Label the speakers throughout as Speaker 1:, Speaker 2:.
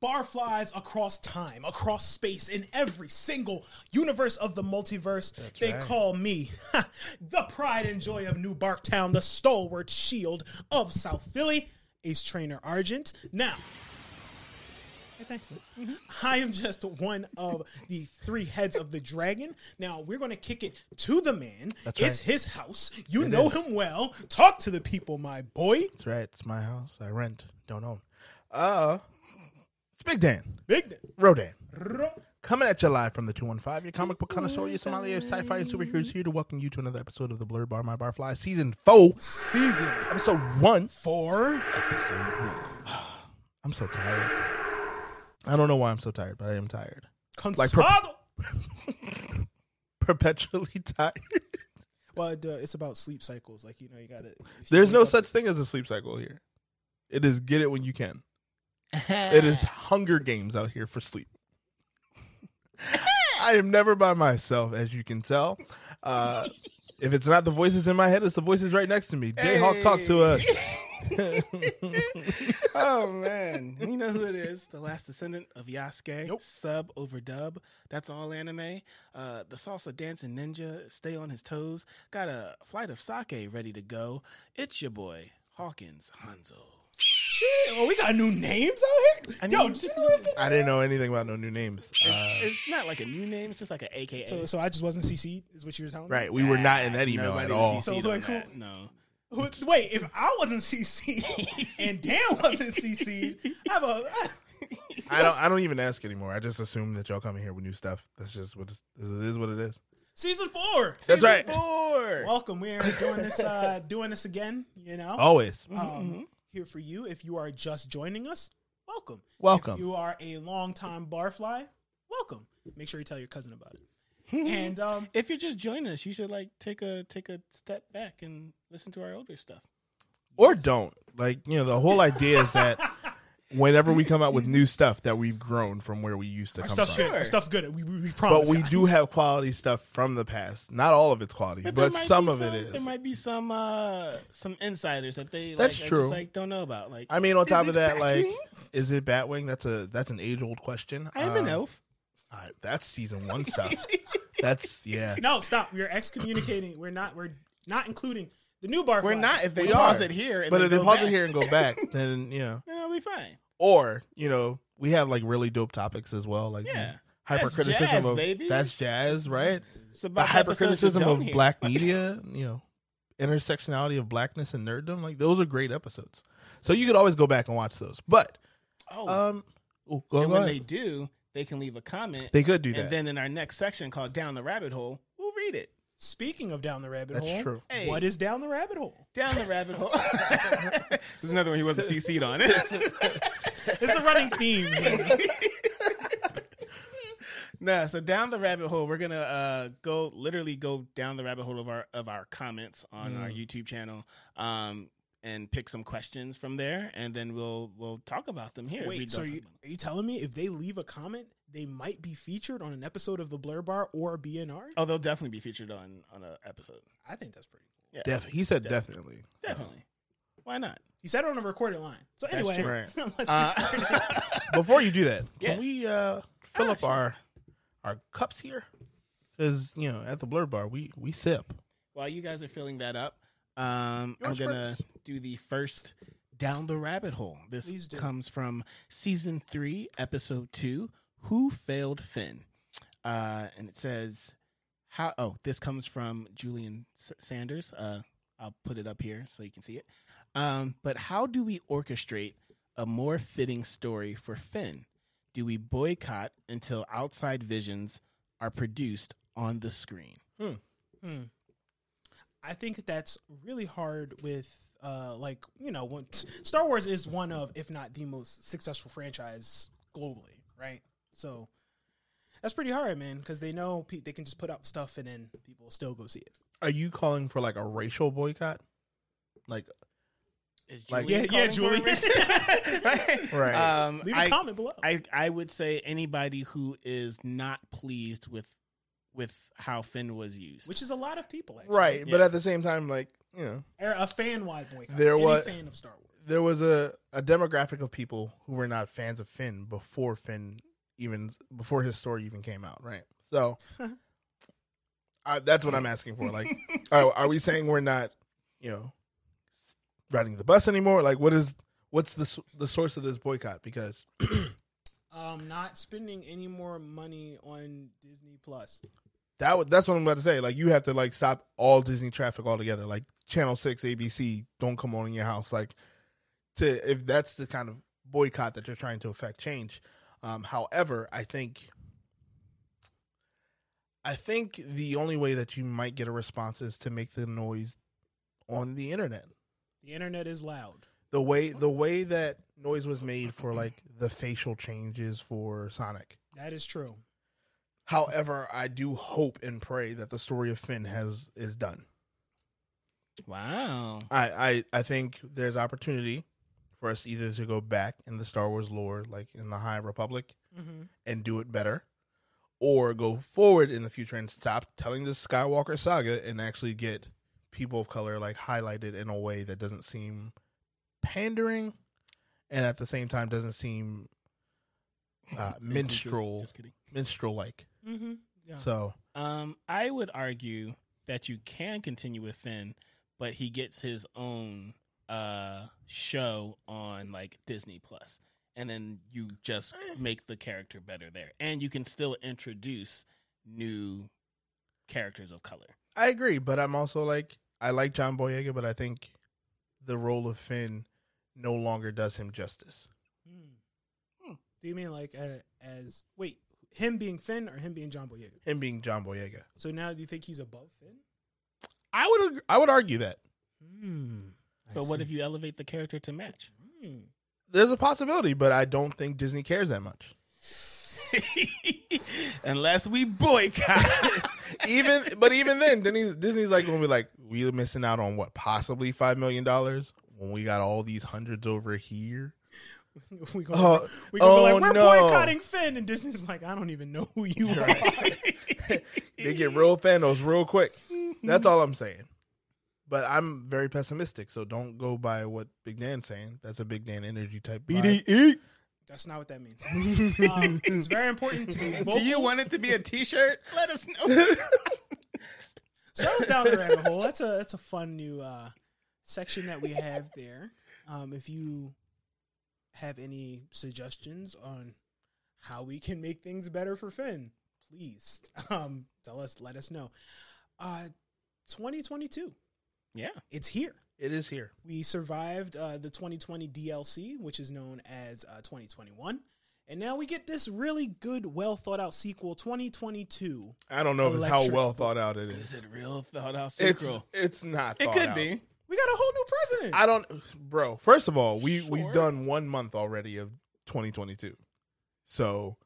Speaker 1: Bar flies across time, across space, in every single universe of the multiverse. they
Speaker 2: right.
Speaker 1: call me the pride and joy of New Barktown, the stalwart shield of South Philly, ace trainer Argent. Now, I am just one of the three heads of the dragon. Now we're going to kick it to the man.
Speaker 2: That's
Speaker 1: it's
Speaker 2: right.
Speaker 1: his house. You
Speaker 2: It
Speaker 1: know
Speaker 2: is.
Speaker 1: him well. Talk to the people, my boy.
Speaker 2: That's right. It's my house. I rent, don't own. Uh, it's Big Dan,
Speaker 1: Big
Speaker 2: Rodan,
Speaker 1: Dan.
Speaker 2: coming at you live from the 215. Your comic book connoisseur, your sommelier of sci fi and superheroes here to welcome you to another episode of The Blur Bar My Barfly Season 4,
Speaker 1: Season
Speaker 2: Episode 1.
Speaker 1: four.
Speaker 2: I'm so tired. I don't know why I'm so tired, but I am tired.
Speaker 1: Consado.
Speaker 2: Perpetually tired.
Speaker 1: well, it, uh, it's about sleep cycles. Like you know, you got to.
Speaker 2: There's no such thing as a sleep cycle here. It is get it when you can. It is Hunger Games out here for sleep. I am never by myself, as you can tell. Uh, if it's not the voices in my head, it's the voices right next to me. Jay Hawk, talk to us.
Speaker 3: Oh man, you know who it is? The last descendant of Yasuke. Sub over dub. That's all anime. Uh, the salsa dancing ninja. Stay on his toes. Got a flight of sake ready to go. It's your boy Hawkins Hanzo.
Speaker 1: Shit. Well, we got new names out here. Yo,
Speaker 3: mean,
Speaker 1: did you notice that?
Speaker 2: I didn't know anything about no new names. Uh,
Speaker 3: It's not like a new name. It's just like an AKA.
Speaker 1: So, so I just wasn't CC. Is what you were telling me.
Speaker 2: right, we were not in that email
Speaker 3: Nobody
Speaker 2: at
Speaker 3: was
Speaker 2: all.
Speaker 3: CC'd
Speaker 1: So,
Speaker 3: on
Speaker 1: like,
Speaker 3: that,
Speaker 1: who-
Speaker 3: No.
Speaker 1: Who- Wait, if I wasn't CC and Dan wasn't CC, I'm a.
Speaker 2: I don't. I don't even ask anymore. I just assume that y'all come in here with new stuff. That's just what it is. It is what it is.
Speaker 1: Season four.
Speaker 2: That's right.
Speaker 3: Four.
Speaker 1: Welcome. We're doing this. Uh, doing this again. You know.
Speaker 2: Always.
Speaker 1: um, here for you. If you are just joining us, welcome.
Speaker 2: Welcome.
Speaker 1: If you are a longtime barfly, welcome. Make sure you tell your cousin about it. and um,
Speaker 3: If you're just joining us, you should like take a take a step back and listen to our older stuff.
Speaker 2: or don't. Like you know, the whole idea is that whenever we come out with new stuff, that we've grown from where we used to
Speaker 1: our
Speaker 2: come
Speaker 1: stuff's
Speaker 2: from.
Speaker 1: good. Our stuff's good. We, we, we
Speaker 2: But
Speaker 1: promise.
Speaker 2: we
Speaker 1: guys.
Speaker 2: do have quality stuff from the past. Not all of it's quality, but,
Speaker 3: there might
Speaker 2: some
Speaker 3: be
Speaker 2: of it
Speaker 3: There
Speaker 2: is.
Speaker 3: might be some uh some insiders that they like,
Speaker 2: That's
Speaker 3: are
Speaker 2: true.
Speaker 3: Just, like don't know about. Like
Speaker 2: I mean, on
Speaker 3: Is
Speaker 2: top of
Speaker 3: it
Speaker 2: that, like,
Speaker 3: Batwing?
Speaker 2: is it Batwing? That's a that's an age old question.
Speaker 3: I'm an
Speaker 2: Um,
Speaker 3: elf.
Speaker 2: all right, that's season one stuff. that's yeah.
Speaker 1: No, stop. We're excommunicating. We're not. We're not including the new barfly.
Speaker 3: We're not if they
Speaker 2: We
Speaker 3: pause
Speaker 2: are.
Speaker 3: it here. And
Speaker 2: But
Speaker 3: then
Speaker 2: if they
Speaker 3: go
Speaker 2: pause
Speaker 3: back,
Speaker 2: it here and go back, then you know,
Speaker 3: then it'll be fine.
Speaker 2: or you know, we have like really dope topics as well, like
Speaker 3: Yeah. That's
Speaker 2: hypercriticism
Speaker 3: jazz,
Speaker 2: of
Speaker 3: baby.
Speaker 2: that's jazz, right?
Speaker 3: It's about
Speaker 2: the
Speaker 3: episodes you
Speaker 2: hypercriticism
Speaker 3: don't
Speaker 2: of
Speaker 3: hear.
Speaker 2: black media, you know, intersectionality of blackness and nerddom. Like those are great episodes. So you could always go back and watch those. But
Speaker 3: Oh,
Speaker 2: um, oh, go,
Speaker 3: and
Speaker 2: go
Speaker 3: when
Speaker 2: ahead.
Speaker 3: they do, they can leave a comment.
Speaker 2: They could do
Speaker 3: and
Speaker 2: that.
Speaker 3: then in our next section called "Down the Rabbit Hole," we'll read it.
Speaker 1: Speaking of down the rabbit
Speaker 2: That's
Speaker 1: hole,
Speaker 2: true.
Speaker 3: Hey.
Speaker 1: what is down the rabbit hole?
Speaker 3: Down the rabbit hole. There's another one he wasn't CC'd on.
Speaker 1: It's a running theme.
Speaker 3: Nah, so down the rabbit hole, we're gonna uh, go literally go down the rabbit hole of our of our comments on
Speaker 1: Mm.
Speaker 3: our YouTube channel, um, and pick some questions from there, and then we'll we'll talk about them here. We
Speaker 1: Wait,
Speaker 3: don't
Speaker 1: so are
Speaker 3: talk
Speaker 1: you,
Speaker 3: about
Speaker 1: are you telling me if they leave a comment, they might be featured on an episode of the Blur Bar or BNR?
Speaker 3: them. oh, they'll definitely be featured on on an episode.
Speaker 1: I think that's pretty. cool.
Speaker 3: Yeah,
Speaker 2: Def- he said definitely.
Speaker 3: definitely. Why not?
Speaker 1: He said it on a recorded line. So anyway,
Speaker 2: true. Right.
Speaker 1: let's get
Speaker 2: Uh,
Speaker 1: started.
Speaker 2: Before you do that,
Speaker 3: Yeah.
Speaker 2: can we uh, fill up
Speaker 3: sure.
Speaker 2: our our cups here? Because you know, at the Blur Bar, we we sip.
Speaker 3: While you guys are filling that up, um, I'm
Speaker 2: Yours
Speaker 3: gonna do the first down the rabbit hole. This
Speaker 1: Please do.
Speaker 3: comes from season three, episode two. Who failed Finn? Uh, and it says how. Oh, this comes from Julian S- Sanders. Uh, I'll put it up here so you can see it. Um, but how do we orchestrate a more fitting story for Finn? Do we boycott until outside visions are produced on the screen?
Speaker 1: Hmm. I think that's really hard with uh like, you know, when Star Wars is one of if not the most successful franchise globally, right? So that's pretty hard, man, cuz they know pe- they can just put out stuff and then people will still go see it.
Speaker 2: Are you calling for like a racial boycott? Like
Speaker 3: Is
Speaker 2: Like-
Speaker 3: Julian
Speaker 1: yeah, yeah,
Speaker 3: calling
Speaker 1: Julian.
Speaker 3: for a race? right.
Speaker 2: Right.
Speaker 3: Um,
Speaker 1: Leave a
Speaker 3: I,
Speaker 1: comment below.
Speaker 3: I I would say anybody who is not pleased with with how Finn was used.
Speaker 1: which is a lot of people actually.
Speaker 2: right, but
Speaker 3: Yeah.
Speaker 2: at the same time, like you know,
Speaker 1: Or a fan wide boycott.
Speaker 2: There
Speaker 1: Any
Speaker 2: was-
Speaker 1: fan of Star Wars.
Speaker 2: there was a, a demographic of people who were not fans of Finn before Finn even before his story even came out, right? So I, that's what I'm asking for. Like, are, are we saying we're not, you know, riding the bus anymore? Like, what is what's the s- the source of this boycott? Because
Speaker 1: Um, not spending any more money on Disney Plus.
Speaker 2: that would that's what I'm about to say. Like, you have to like stop all Disney traffic altogether. Like, Channel Six, ABC, don't come on in your house. Like, to if that's the kind of boycott that you're trying to affect change. Um, however, I think I think the only way that you might get a response is to make the noise on the internet.
Speaker 1: The internet is loud.
Speaker 2: the way the way that noise was made for like the facial changes for Sonic.
Speaker 1: That is true.
Speaker 2: However, I do hope and pray that the story of Finn has is done.
Speaker 3: Wow.
Speaker 2: I I, I think there's opportunity for us either to go back in the Star Wars lore, like in the High Republic,
Speaker 1: Mm-hmm.
Speaker 2: and do it better, or go forward in the future and stop telling the Skywalker saga and actually get people of color like highlighted in a way that doesn't seem pandering, and at the same time doesn't seem uh, minstrel
Speaker 3: Just kidding.
Speaker 2: minstrel like.
Speaker 1: Mm-hmm. Yeah.
Speaker 2: So
Speaker 3: Um, I would argue that you can continue with Finn, but he gets his own uh show on like Disney Plus, and then you just make the character better there, and you can still introduce new characters of color.
Speaker 2: I agree, but I'm also like I like John Boyega, but I think the role of Finn no longer does him justice.
Speaker 1: Hmm. Do you mean like uh, as wait him being Finn or him being John Boyega?
Speaker 2: Him being John Boyega,
Speaker 1: So now do you think he's above Finn?
Speaker 2: I would ag- I would argue that
Speaker 1: Hmm.
Speaker 3: But what if you elevate the character to match?
Speaker 1: Hmm.
Speaker 2: there's a possibility, but I don't think Disney cares that much.
Speaker 3: Unless we boycott.
Speaker 2: even but even then, Disney's, Disney's like gonna be like, we're missing out on what possibly five million dollars when we got all these hundreds over here.
Speaker 1: we gonna,
Speaker 2: Oh,
Speaker 1: we gonna be
Speaker 2: oh,
Speaker 1: like we're
Speaker 2: no.
Speaker 1: boycotting Finn and Disney's like I don't even know who you are.
Speaker 2: They get real Thanos real quick. That's all I'm saying. But I'm very pessimistic, so don't go by what Big Dan's saying. That's a Big Dan energy type. vibe.
Speaker 1: That's not what that means. um, it's very important to be vocal.
Speaker 3: want it to be a T-shirt? Let us know.
Speaker 1: So that was down the rabbit hole. That's a that's a fun new uh, section that we have there. Um, if you have any suggestions on how we can make things better for Finn, please um, tell us. Let us know. Uh, 2022,
Speaker 3: yeah.
Speaker 1: it's here.
Speaker 2: It is here.
Speaker 1: We survived uh, the 2020 DLC, which is known as uh, 2021. And now we get this really good, well thought out sequel, 2022.
Speaker 2: I don't know if it's how
Speaker 1: Electric.
Speaker 2: well thought out it
Speaker 3: Is
Speaker 2: is.
Speaker 3: it real thought out
Speaker 2: It's
Speaker 3: sequel?
Speaker 2: it's not.
Speaker 3: It
Speaker 2: thought
Speaker 3: could
Speaker 2: out.
Speaker 3: be.
Speaker 1: We got a whole new president.
Speaker 2: I don't, bro. First of all, we
Speaker 3: Sure.
Speaker 2: we've done one month already of 2022, so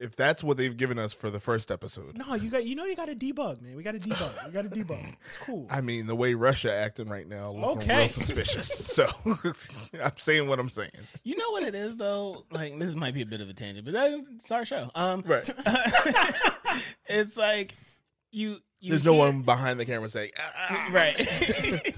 Speaker 2: if that's what they've given us for the first episode,
Speaker 1: No, you got you know you got to debug, man. We got to debug. We got to debug. It's cool.
Speaker 2: I mean the way Russia acting right now, looking
Speaker 1: Okay.
Speaker 2: real suspicious. so I'm saying what I'm saying,
Speaker 3: You know what it is though? Like this might be a bit of a tangent, but that, it's our show. Um,
Speaker 2: right?
Speaker 3: it's like you. you
Speaker 2: There's no
Speaker 3: hear-
Speaker 2: one behind the camera saying, ah,
Speaker 3: right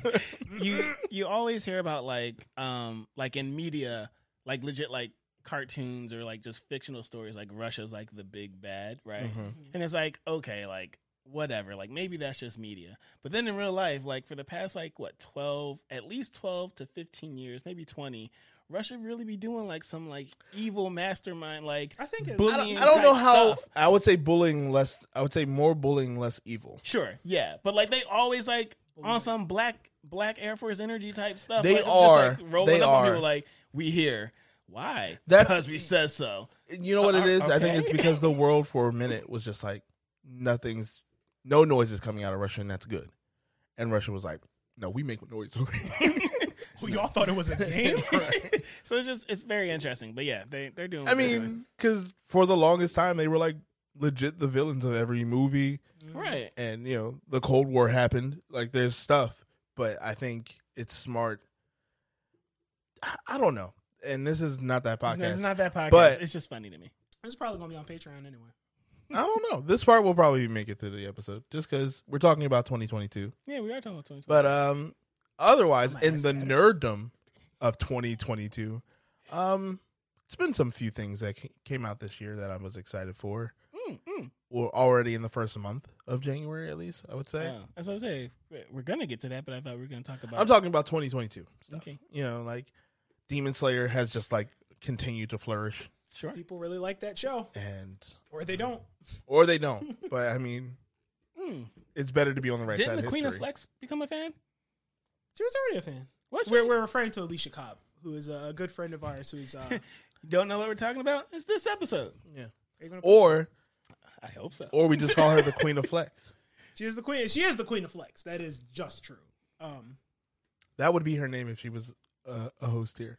Speaker 3: you you always hear about like um like in media like legit like cartoons or like just fictional stories like russia's like the big bad right
Speaker 2: Mhm.
Speaker 3: and it's like okay like whatever like maybe that's just media but then in real life like for the past like what 12 at least 12 to 15 years maybe 20 russia really be doing like some like evil mastermind like
Speaker 1: I think it,
Speaker 2: I
Speaker 3: Bully-
Speaker 2: don't, I don't know
Speaker 3: Type
Speaker 2: how.
Speaker 3: stuff.
Speaker 2: I would say bullying less. I would say more bullying, less evil.
Speaker 3: sure yeah but like they always like on some black black air force energy type stuff
Speaker 2: They
Speaker 3: like, just,
Speaker 2: are.
Speaker 3: like, rolling
Speaker 2: They
Speaker 3: up on
Speaker 2: are.
Speaker 3: people like we here why
Speaker 2: That's-
Speaker 3: because we said so
Speaker 2: You know what it is? I think
Speaker 3: Uh, Okay.
Speaker 2: it's because the world for a minute was just like nothing's no noise is coming out of Russia and that's good. And Russia was like, No, we make noise over here.
Speaker 1: who y'all thought it was a game?
Speaker 3: so it's just it's very interesting but yeah they, they're doing
Speaker 2: I
Speaker 3: what they're
Speaker 2: mean, because for the longest time they were like legit the villains of every movie
Speaker 3: doing. right
Speaker 2: and you know, the Cold War happened. Like there's stuff, but I think it's smart. I- I don't know. And this is not that
Speaker 3: it's, not-
Speaker 2: podcast.
Speaker 3: it's not that podcast
Speaker 2: But-
Speaker 3: it's just funny to me
Speaker 1: It's probably gonna be on Patreon anyway.
Speaker 2: I don't know. This part will probably make it through the episode just because we're talking about 2022.
Speaker 3: yeah we are talking about 2020
Speaker 2: But um, otherwise,
Speaker 1: I'm a
Speaker 2: in the
Speaker 1: hashtag.
Speaker 2: nerddom, of 2022. Um, it's been some few things that ca- came out this year that I was excited for.
Speaker 3: Mm, mm.
Speaker 2: We're already in the first month of January, at least I would say.
Speaker 3: Yeah, that's what I say. We're- We're gonna get to that, but I thought we were gonna talk about.
Speaker 2: I'm talking about 2022. Stuff.
Speaker 3: Okay.
Speaker 2: You know, like Demon Slayer has just like continued to flourish,
Speaker 3: Sure.
Speaker 1: People really like that show,
Speaker 2: and
Speaker 1: or they don't.
Speaker 2: or they don't. but I mean,
Speaker 3: Mm.
Speaker 2: it's better to be on the right
Speaker 3: Didn't
Speaker 2: side
Speaker 3: the
Speaker 2: of
Speaker 3: Queen of
Speaker 2: history.
Speaker 3: Flex become a fan?
Speaker 1: She was already a fan.
Speaker 3: What?
Speaker 1: We're, we're referring to Alicia Cobb, who is a good friend of ours. Who's uh, are
Speaker 3: Don't know what we're talking about? It's this episode.
Speaker 1: you gonna
Speaker 2: or
Speaker 3: I hope so.
Speaker 2: or we just call her the Queen of Flex.
Speaker 1: she is the queen. She is the queen of flex. That is just true. Um,
Speaker 2: That would be her name if she was uh, a host here.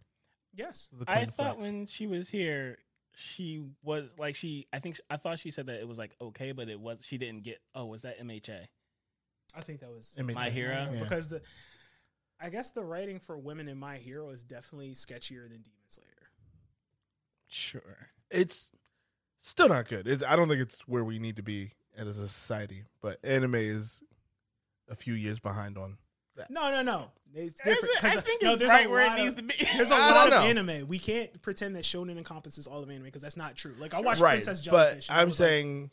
Speaker 1: yes,
Speaker 2: The Queen
Speaker 3: I
Speaker 2: of
Speaker 3: thought
Speaker 2: Flex.
Speaker 3: when she was here, she was like she. I think I thought she said that it was like okay, but it was she didn't get. Oh, was that MHA?
Speaker 1: I think that was
Speaker 2: Image.
Speaker 3: My Hero?
Speaker 1: Yeah,
Speaker 2: Yeah.
Speaker 1: because the I guess the writing for women in My Hero is definitely sketchier than Demon Slayer.
Speaker 3: Sure.
Speaker 2: It's still not good. It's, I don't think it's where we need to be as a society. But anime is a few years behind on.
Speaker 1: No, no, no. It's different. 'cause,
Speaker 3: I think
Speaker 1: no,
Speaker 3: it's
Speaker 1: there's a
Speaker 3: right where it
Speaker 1: lot of-
Speaker 3: needs to be.
Speaker 1: There's a
Speaker 2: I
Speaker 1: lot of
Speaker 2: don't
Speaker 1: anime. We can't pretend that shonen encompasses all of anime because that's not true. Like I watched
Speaker 2: right,
Speaker 1: Princess
Speaker 2: but
Speaker 1: Jellyfish. and I
Speaker 2: I'm
Speaker 1: was like,
Speaker 2: saying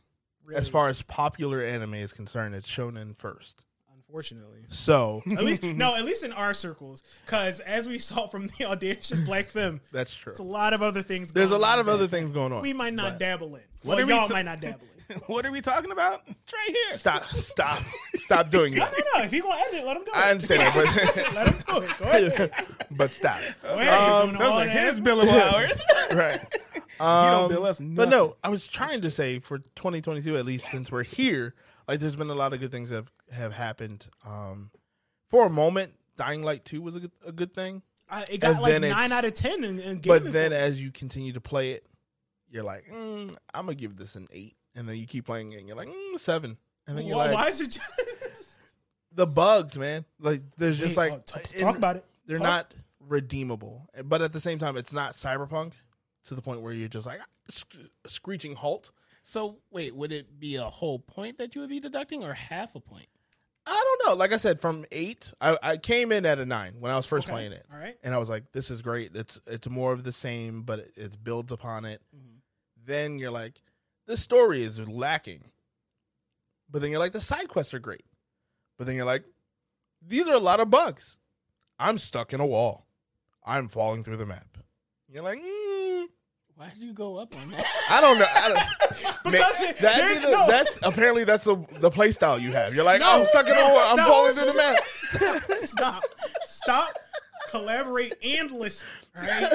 Speaker 2: as
Speaker 1: really?
Speaker 2: far as popular anime is concerned, it's shonen first.
Speaker 1: unfortunately.
Speaker 2: So
Speaker 1: At least no, at least in our circles, because as we saw from the audacious Black Film,
Speaker 2: that's true.
Speaker 1: it's a lot of other things.
Speaker 2: There's a
Speaker 1: going
Speaker 2: lot
Speaker 1: on
Speaker 2: of other
Speaker 1: that
Speaker 2: things going on.
Speaker 1: we might not
Speaker 2: but-
Speaker 1: dabble in.
Speaker 3: What
Speaker 1: What well,
Speaker 3: are we
Speaker 1: y'all
Speaker 3: t-
Speaker 1: might not dabble in.
Speaker 3: what are we talking about? It's right here.
Speaker 2: Stop! Stop! stop doing
Speaker 1: No,
Speaker 2: that.
Speaker 1: no, no. If he gonna edit, it, let him do it.
Speaker 2: I understand that,
Speaker 1: let him do it. Go ahead.
Speaker 2: but but stop.
Speaker 1: Go ahead. You're
Speaker 2: Um,
Speaker 1: doing
Speaker 3: Those
Speaker 1: all
Speaker 3: are
Speaker 1: that.
Speaker 3: his billable hours.
Speaker 2: right.
Speaker 3: don't
Speaker 2: Um,
Speaker 3: bill us
Speaker 2: But no, I was trying to say for 2022, at least since we're here, like there's been a lot of good things that have, have happened. Um, for a moment, Dying Light 2 was a good, a good thing.
Speaker 1: I, it got
Speaker 2: And
Speaker 1: like
Speaker 2: then it's-
Speaker 1: nine out of ten, and, and
Speaker 2: but then as you continue to play it, you're like, mm, I'm going to give this an 8. And then you keep playing it and you're like, mm, 7. And then you're
Speaker 1: why,
Speaker 2: like,
Speaker 1: why is it just
Speaker 2: the bugs, man. Like, there's just
Speaker 1: Wait,
Speaker 2: like,
Speaker 1: oh, t-
Speaker 2: in-
Speaker 1: talk about it?
Speaker 2: they're
Speaker 1: Talk-
Speaker 2: not redeemable. But at the same time, it's not cyberpunk to the point where you're just like, "Ah, sc- screeching halt.
Speaker 3: So wait, would it be a whole point that you would be deducting, or half a point?
Speaker 2: I don't know. Like I said, from eight, I, I came in at a nine when I was first
Speaker 1: Okay.
Speaker 2: playing it,
Speaker 1: All right.
Speaker 2: and I was like, "This is great. It's it's more of the same, but it, it builds upon it."
Speaker 1: Mm-hmm.
Speaker 2: Then you're like, "The story is lacking," but then you're like, "The side quests are great," but then you're like, "These are a lot of bugs. I'm stuck in a wall. I'm falling through the map." You're like, mm,
Speaker 3: Why did you go up on that?
Speaker 2: "I don't know." I don't,
Speaker 1: Because
Speaker 2: Man,
Speaker 1: it-
Speaker 2: that'd be
Speaker 1: there-
Speaker 2: the-
Speaker 1: no.
Speaker 2: that's apparently that's the the play style you have. You're like,
Speaker 1: No,
Speaker 2: "I'm stuck in a wall. I'm
Speaker 1: stop.
Speaker 2: falling through the map."
Speaker 1: Stop. Stop. Collaborate and listen. All right.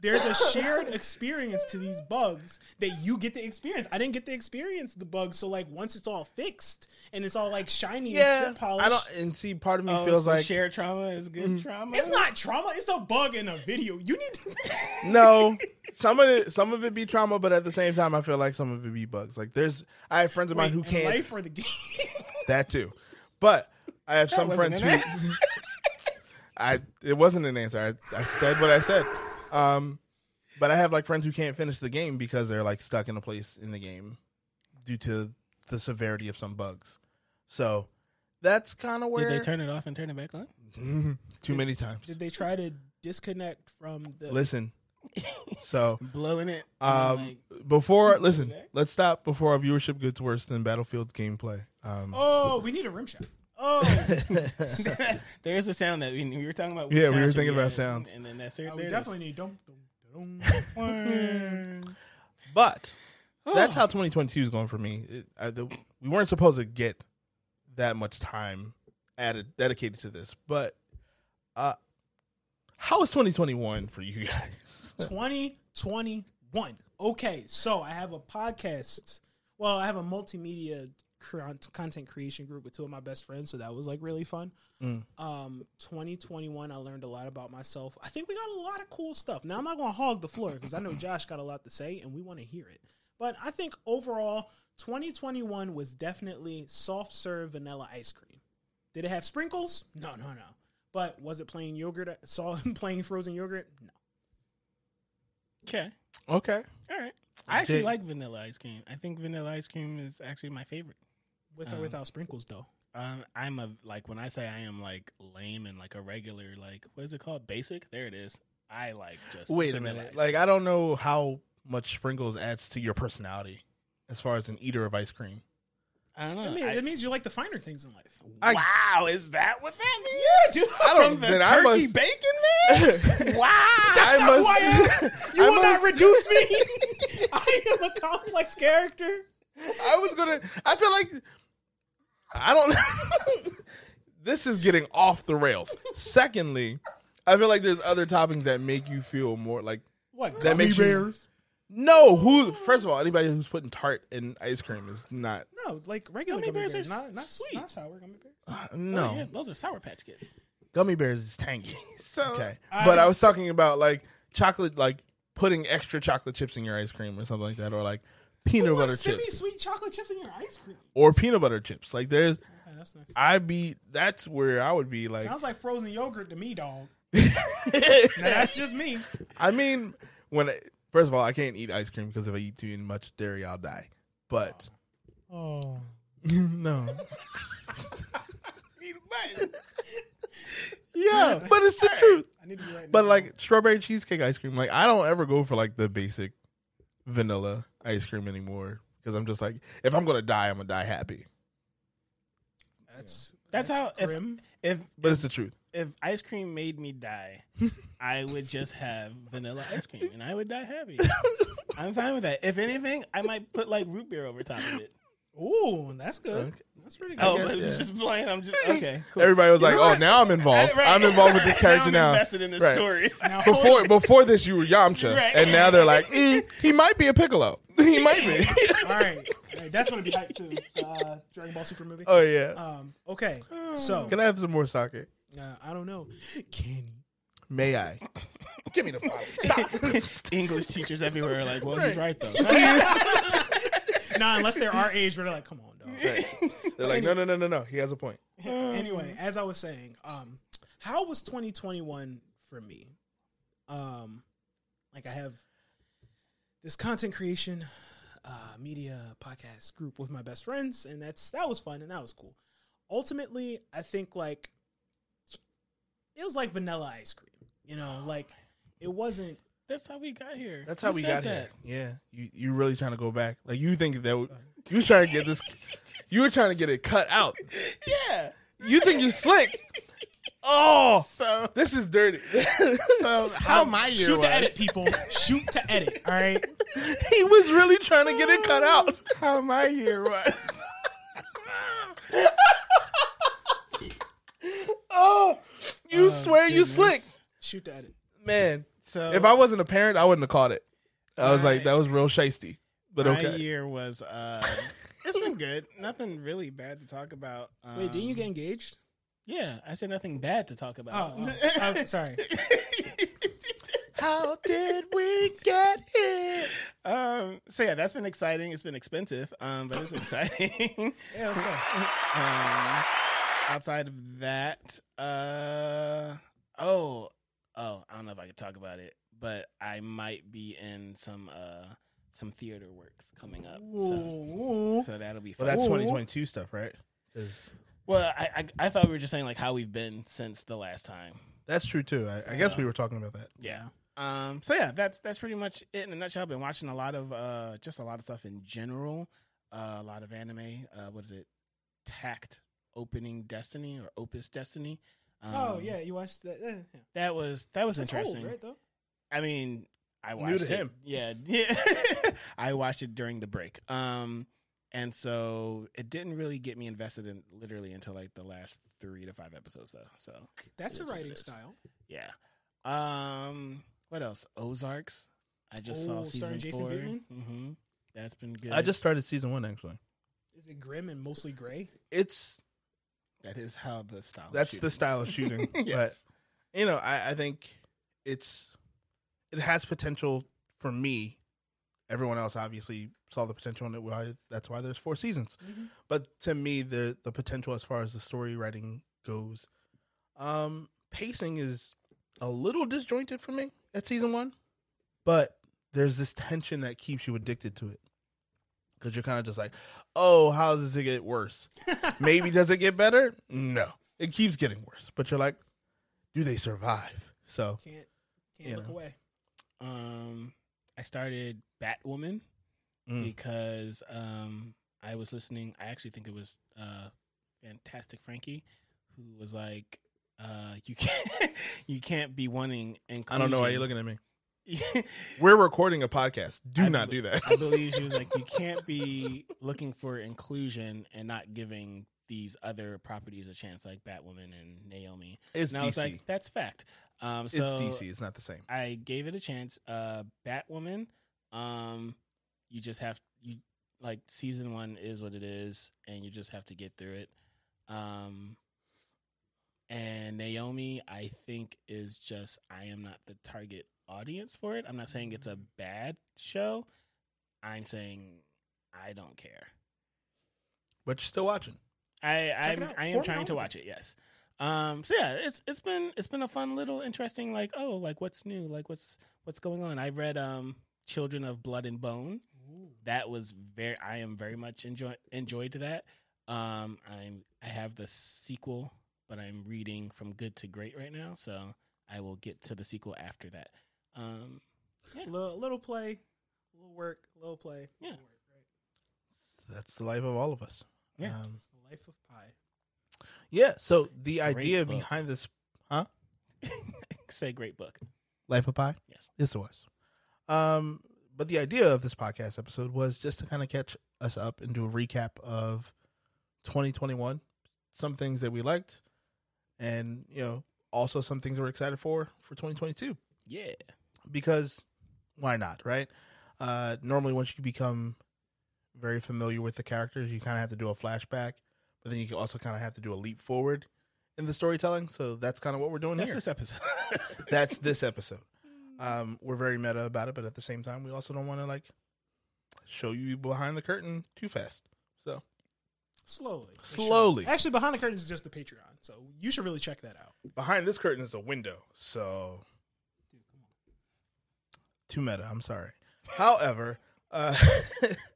Speaker 1: There's a shared experience to these bugs that you get to experience. I didn't get to experience the bugs, so like once it's all fixed and it's all like shiny and
Speaker 2: yeah,
Speaker 1: skin polished,
Speaker 2: I don't. And see, part of me
Speaker 3: Oh,
Speaker 2: feels
Speaker 3: so
Speaker 2: like Mm.
Speaker 3: shared trauma is good trauma.
Speaker 1: it's not trauma. It's a bug in a video. You need to.
Speaker 2: no. Some of it, some of it be trauma, but at the same time, I feel like some of it be bugs. Like there's, I have friends of mine who
Speaker 1: In
Speaker 2: can't
Speaker 1: life or the game?
Speaker 2: that too, but I have some
Speaker 3: wasn't
Speaker 2: friends
Speaker 3: an
Speaker 2: who. I it wasn't an answer. I I said what I said. Um, but I have like friends who can't finish the game because they're like stuck in a place in the game due to the severity of some bugs. So that's kind of where
Speaker 3: Did they turn it off and turn it back on?
Speaker 2: too many times.
Speaker 1: Did they try to disconnect from the?
Speaker 2: Listen, so
Speaker 3: Blowing it. and then,
Speaker 2: Um,
Speaker 3: like,
Speaker 2: before listen,
Speaker 3: back?
Speaker 2: let's stop before our viewership gets worse than Battlefield's gameplay. Um,
Speaker 1: Oh, we need a rim shot. Oh,
Speaker 3: there is a sound that we, we were talking about.
Speaker 2: Yeah, we
Speaker 3: sound
Speaker 2: were
Speaker 3: should
Speaker 2: thinking
Speaker 3: be
Speaker 2: about
Speaker 3: at,
Speaker 2: sounds.
Speaker 3: And then that's it.
Speaker 1: Uh,
Speaker 3: there Hmm.
Speaker 1: we
Speaker 3: it
Speaker 1: definitely need dum dum
Speaker 3: is.
Speaker 2: but
Speaker 3: Oh,
Speaker 2: that's how 2022 is going for me. It, I, the, we weren't supposed to get that much time added dedicated to this, but uh, how is 2021 for you guys?
Speaker 1: dum. 2021. Okay, so I have a podcast. Well, I have a multimedia cr- content creation group with two of my best friends, so that was like really fun.
Speaker 2: Mm.
Speaker 1: Um, 2021, I learned a lot about myself. I think we got a lot of cool stuff. Now, I'm not going to hog the floor because I know Josh got a lot to say and we want to hear it. But I think overall, 2021 was definitely soft serve vanilla ice cream. Did it have sprinkles? No, no, no. But was it plain yogurt? uh, Saw playing frozen yogurt? No.
Speaker 3: Okay.
Speaker 2: okay,
Speaker 3: All right. I actually
Speaker 2: Jake.
Speaker 3: like vanilla ice cream. I think vanilla ice cream is actually my favorite.
Speaker 1: With or
Speaker 3: Um,
Speaker 1: without sprinkles, though.
Speaker 3: Um, I'm a like when I say I am like lame and like a regular like what is it called basic? There it is. I like just
Speaker 2: Wait a
Speaker 3: vanilla
Speaker 2: minute.
Speaker 3: ice
Speaker 2: Like I don't know how much sprinkles adds to your personality as far as an eater of ice cream.
Speaker 3: I don't know.
Speaker 1: I mean,
Speaker 3: uh, I-
Speaker 1: it means you like the finer things in life.
Speaker 2: I-
Speaker 3: wow, is that what that means? Yeah, dude.
Speaker 2: I don't-
Speaker 3: From the
Speaker 2: then I
Speaker 3: turkey
Speaker 2: must-
Speaker 3: bacon man. wow.
Speaker 2: I
Speaker 1: not who I
Speaker 2: must.
Speaker 1: You
Speaker 2: I
Speaker 1: will
Speaker 2: must-
Speaker 1: not reduce me. I am a complex character.
Speaker 2: I was gonna. I feel like I don't. this is getting off the rails. Secondly, I feel like there's other toppings that make you feel more like
Speaker 1: What?
Speaker 2: that makes bears. You, no, who? First of all, anybody who's putting tart in ice cream is not.
Speaker 1: No, like regular
Speaker 3: Gummy
Speaker 1: gummy,
Speaker 3: bears
Speaker 1: bears,
Speaker 3: are
Speaker 1: not, not
Speaker 3: sweet.
Speaker 1: not sour gummy bears.
Speaker 2: uh,
Speaker 3: Oh,
Speaker 2: no,
Speaker 3: yeah, those are sour patch kids.
Speaker 2: gummy bears is tangy.
Speaker 3: So
Speaker 2: Okay,
Speaker 1: Uh, I-
Speaker 2: but I was talking about like chocolate, like putting extra chocolate chips in your ice cream or something like that, or like peanut
Speaker 1: Who
Speaker 2: butter
Speaker 1: wants
Speaker 2: chips
Speaker 1: semi-sweet chocolate chips in your ice cream?
Speaker 2: or peanut butter chips. Like there's,
Speaker 1: Okay, that's nice.
Speaker 2: I'd be. That's where I would be like.
Speaker 1: Sounds like frozen yogurt to me, dog. Now, that's just me.
Speaker 2: I mean, when I, first of all, I can't eat ice cream because if I eat too much dairy, I'll die. But
Speaker 1: Oh,
Speaker 2: no, yeah, but it's the truth.
Speaker 1: I need to be right.
Speaker 2: But
Speaker 1: now.
Speaker 2: like strawberry cheesecake ice cream, like I don't ever go for like the basic vanilla ice cream anymore because I'm just like, if I'm gonna die, I'm gonna die happy.
Speaker 1: that's
Speaker 3: That's how- if-
Speaker 1: grim.
Speaker 3: if
Speaker 2: But it's the truth.
Speaker 3: if ice cream made me die, I would just have vanilla ice cream and I would die happy. I'm fine with that. If anything, I might put like root beer over top of it.
Speaker 1: Ooh, that's good.
Speaker 2: Okay.
Speaker 1: That's pretty good.
Speaker 3: Oh,
Speaker 2: guess,
Speaker 3: I'm
Speaker 2: yeah.
Speaker 3: just playing. I'm just okay. Cool.
Speaker 2: Everybody was
Speaker 3: You
Speaker 2: like,
Speaker 3: know
Speaker 2: oh,
Speaker 3: what?
Speaker 2: now I'm involved.
Speaker 3: Right.
Speaker 2: I'm involved with this character
Speaker 3: I'm
Speaker 2: now.
Speaker 3: Invested in this
Speaker 2: Right.
Speaker 3: story.
Speaker 1: Now,
Speaker 2: Before before this, you were Yamcha,
Speaker 3: Right.
Speaker 2: and now they're like, mm, he might be a Piccolo. he might be.
Speaker 1: all right, all right, that's gonna be hype too. Uh, Dragon Ball Super movie.
Speaker 2: oh yeah.
Speaker 1: Um, okay, so
Speaker 2: Can I have some more sake?
Speaker 1: uh, I don't know. Can
Speaker 2: May I? Give me the bottle. Stop.
Speaker 3: English teachers everywhere are like, well, he's right though.
Speaker 1: nah, unless they're our age, where they're like, come on, dog.
Speaker 2: They're like, no, no, no, no, no. He has a point.
Speaker 1: anyway, as I was saying, um, how was 2021 for me? Um, like I have this content creation, uh, media podcast group with my best friends, and that's that was fun and that was cool. Ultimately, I think like it was like vanilla ice cream, you know, like it wasn't.
Speaker 3: That's how we got here.
Speaker 2: That's how
Speaker 3: You
Speaker 2: we got
Speaker 3: said that.
Speaker 2: here. Yeah, you you really trying to go back? Like you think that w- you was trying to get this? You were trying to get it cut out.
Speaker 3: Yeah.
Speaker 2: You think you slick? Oh,
Speaker 3: So
Speaker 2: this is dirty.
Speaker 3: so how my year
Speaker 1: Shoot
Speaker 3: was.
Speaker 1: to edit, people. Shoot to edit. All right.
Speaker 2: he was really trying to get it cut out.
Speaker 3: How my year was.
Speaker 2: Oh, you
Speaker 3: Oh,
Speaker 2: swear you
Speaker 3: goodness.
Speaker 2: slick,
Speaker 1: Shoot to edit.
Speaker 2: man.
Speaker 3: So
Speaker 2: If I wasn't a parent, I wouldn't have caught it. I was like,
Speaker 3: Right.
Speaker 2: that was real shisty. But
Speaker 3: my
Speaker 2: okay,
Speaker 3: year was uh it's been good. Nothing really bad to talk about. Um, um,
Speaker 1: Wait, didn't you get engaged?
Speaker 3: Yeah, I said nothing bad to talk about.
Speaker 1: Oh, oh, oh, sorry.
Speaker 2: how did we get here?
Speaker 3: um so yeah, that's been exciting. It's been expensive, um, but it's exciting.
Speaker 1: Yeah, let's go.
Speaker 3: um outside of that, uh oh, oh, I don't know if I could talk about it, but I might be in some uh some theater works coming up. So,
Speaker 1: Ooh.
Speaker 3: so that'll be fun.
Speaker 2: Well, that's
Speaker 1: Ooh.
Speaker 2: 2022 stuff, right? 'Cause
Speaker 3: Well, I, I I thought we were just saying like how we've been since the last time.
Speaker 2: that's true too. I, I guess we were talking about that.
Speaker 3: Yeah. Um. So yeah, that's that's pretty much it in a nutshell. I've been watching a lot of uh, just a lot of stuff in general. Uh, a lot of anime. Uh, what is it? Tact opening destiny or Opus Destiny. Um,
Speaker 1: oh yeah, you watched that. Yeah, yeah.
Speaker 3: that was that was
Speaker 1: That's
Speaker 3: interesting.
Speaker 1: old, right? Though.
Speaker 3: I mean, I
Speaker 2: New
Speaker 3: watched
Speaker 2: to
Speaker 3: it.
Speaker 2: him.
Speaker 3: Yeah, yeah. I watched it during the break. Um, and so it didn't really get me invested in literally until like the last three to five episodes though. So
Speaker 1: That's
Speaker 3: It
Speaker 1: a
Speaker 3: is what it
Speaker 1: writing
Speaker 3: is.
Speaker 1: style.
Speaker 3: yeah. Um, what else? Ozarks. I just
Speaker 1: Oh,
Speaker 3: saw season
Speaker 1: starring Jason
Speaker 3: four.
Speaker 1: Bateman?
Speaker 3: Mm-hmm. That's been good.
Speaker 2: I just started season one actually.
Speaker 1: Is it grim and mostly gray?
Speaker 2: It's
Speaker 3: that is how the style. of
Speaker 2: that's
Speaker 3: shooting
Speaker 2: the style of
Speaker 3: is.
Speaker 2: shooting,
Speaker 3: yes.
Speaker 2: but you know, I, I think it's it has potential for me. Everyone else obviously saw the potential in it. Why that's why there's four seasons.
Speaker 1: Mhm.
Speaker 2: But to me, the the potential as far as the story writing goes, um, pacing is a little disjointed for me at season one, but there's this tension that keeps you addicted to it. because you're kind of just like, oh, how does it get worse? Maybe does it get better? No, it keeps getting worse. But you're like, do they survive? So
Speaker 1: Can't can't
Speaker 2: You
Speaker 1: look
Speaker 2: know.
Speaker 1: away.
Speaker 3: Um, I started Batwoman
Speaker 2: Mm.
Speaker 3: because um, I was listening. I actually think it was uh, Fantastic Frankie who was like, uh, "You can't, you can't be wanting
Speaker 2: I
Speaker 3: inclusion."
Speaker 2: don't know why you're looking at me.
Speaker 3: looking.
Speaker 2: We're recording a podcast. Do
Speaker 3: I
Speaker 2: not
Speaker 3: bel-
Speaker 2: do that.
Speaker 3: I believe she was like, "You can't be looking for inclusion and not giving." These other properties a chance, like Batwoman and Naomi.
Speaker 2: It's
Speaker 3: And I was like, that's fact. Um, so
Speaker 2: it's DC. It's not the same.
Speaker 3: I gave it a chance. Uh, Batwoman. Um, you just have you like season one is what it is, and you just have to get through it. Um, and Naomi, I think, is just I am not the target audience for it. I'm not saying it's a bad show. I'm saying I don't care.
Speaker 2: But you're still watching.
Speaker 3: I
Speaker 1: Check it
Speaker 3: I'm,
Speaker 1: out.
Speaker 3: I am
Speaker 1: Forty
Speaker 3: trying to
Speaker 1: dollars.
Speaker 3: watch it. Yes. Um. So yeah, it's it's been it's been a fun little interesting like oh like what's new like what's what's going on. I read um Children of Blood and Bone. That was very I am very much enjoy enjoyed that. Um. I'm I have the sequel, but I'm reading from good to great right now. So I will get to the sequel after that. Um.
Speaker 1: Little, little play, little work, little play.
Speaker 3: Yeah.
Speaker 1: little work, right?
Speaker 2: That's the life of all of us.
Speaker 3: Yeah.
Speaker 2: Um,
Speaker 1: It's the life of Pi.
Speaker 2: yeah. So the
Speaker 3: Great
Speaker 2: idea
Speaker 3: book.
Speaker 2: behind this
Speaker 3: Say great book.
Speaker 2: Life of Pi?
Speaker 3: Yes.
Speaker 2: Yes, it was. Um, but the idea of this podcast episode was just to kind of catch us up and do a recap of 2021, some things that we liked, and, you know, also some things we're excited for for 2022
Speaker 3: Yeah.
Speaker 2: because why not, right? Uh, normally, once you become very familiar with the characters, you kind of have to do a flashback, but then you can also kind of have to do a leap forward in the storytelling. So that's kind of what we're doing
Speaker 3: That's
Speaker 2: here
Speaker 3: this episode.
Speaker 2: that's this episode. Um, we're very meta about it, but at the same time, we also don't want to like show you behind the curtain too fast. So
Speaker 1: Slowly. but
Speaker 2: Slowly.
Speaker 1: surely. Actually, behind the curtains is just the Patreon, so you should really check that out.
Speaker 2: behind this curtain is a window. So
Speaker 1: Dude, come on.
Speaker 2: too meta. I'm sorry. However, uh,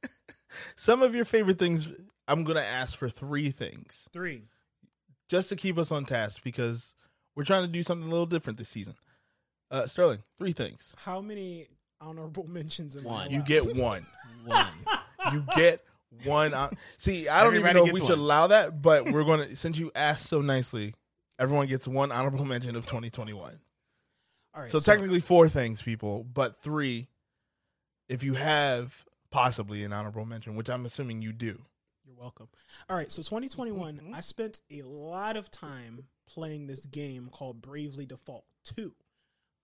Speaker 2: some of your favorite things. I'm gonna ask for three things
Speaker 1: Three.
Speaker 2: just to keep us on task because we're trying to do something a little different this season. Uh, Sterling, three things.
Speaker 1: How many honorable mentions am
Speaker 3: One.
Speaker 1: I
Speaker 2: You
Speaker 1: allowed?
Speaker 2: get one.
Speaker 3: One.
Speaker 2: you get one out. See, I don't
Speaker 3: Everybody
Speaker 2: even know if
Speaker 3: gets
Speaker 2: we should
Speaker 3: one.
Speaker 2: allow that, but we're going to since you asked so nicely, everyone gets one honorable mention of 2021.
Speaker 1: All right.
Speaker 2: So technically four things, people, but three if you have possibly an honorable mention, which I'm assuming you do.
Speaker 1: You're welcome. All right, so 2021, I spent a lot of time playing this game called Bravely Default 2.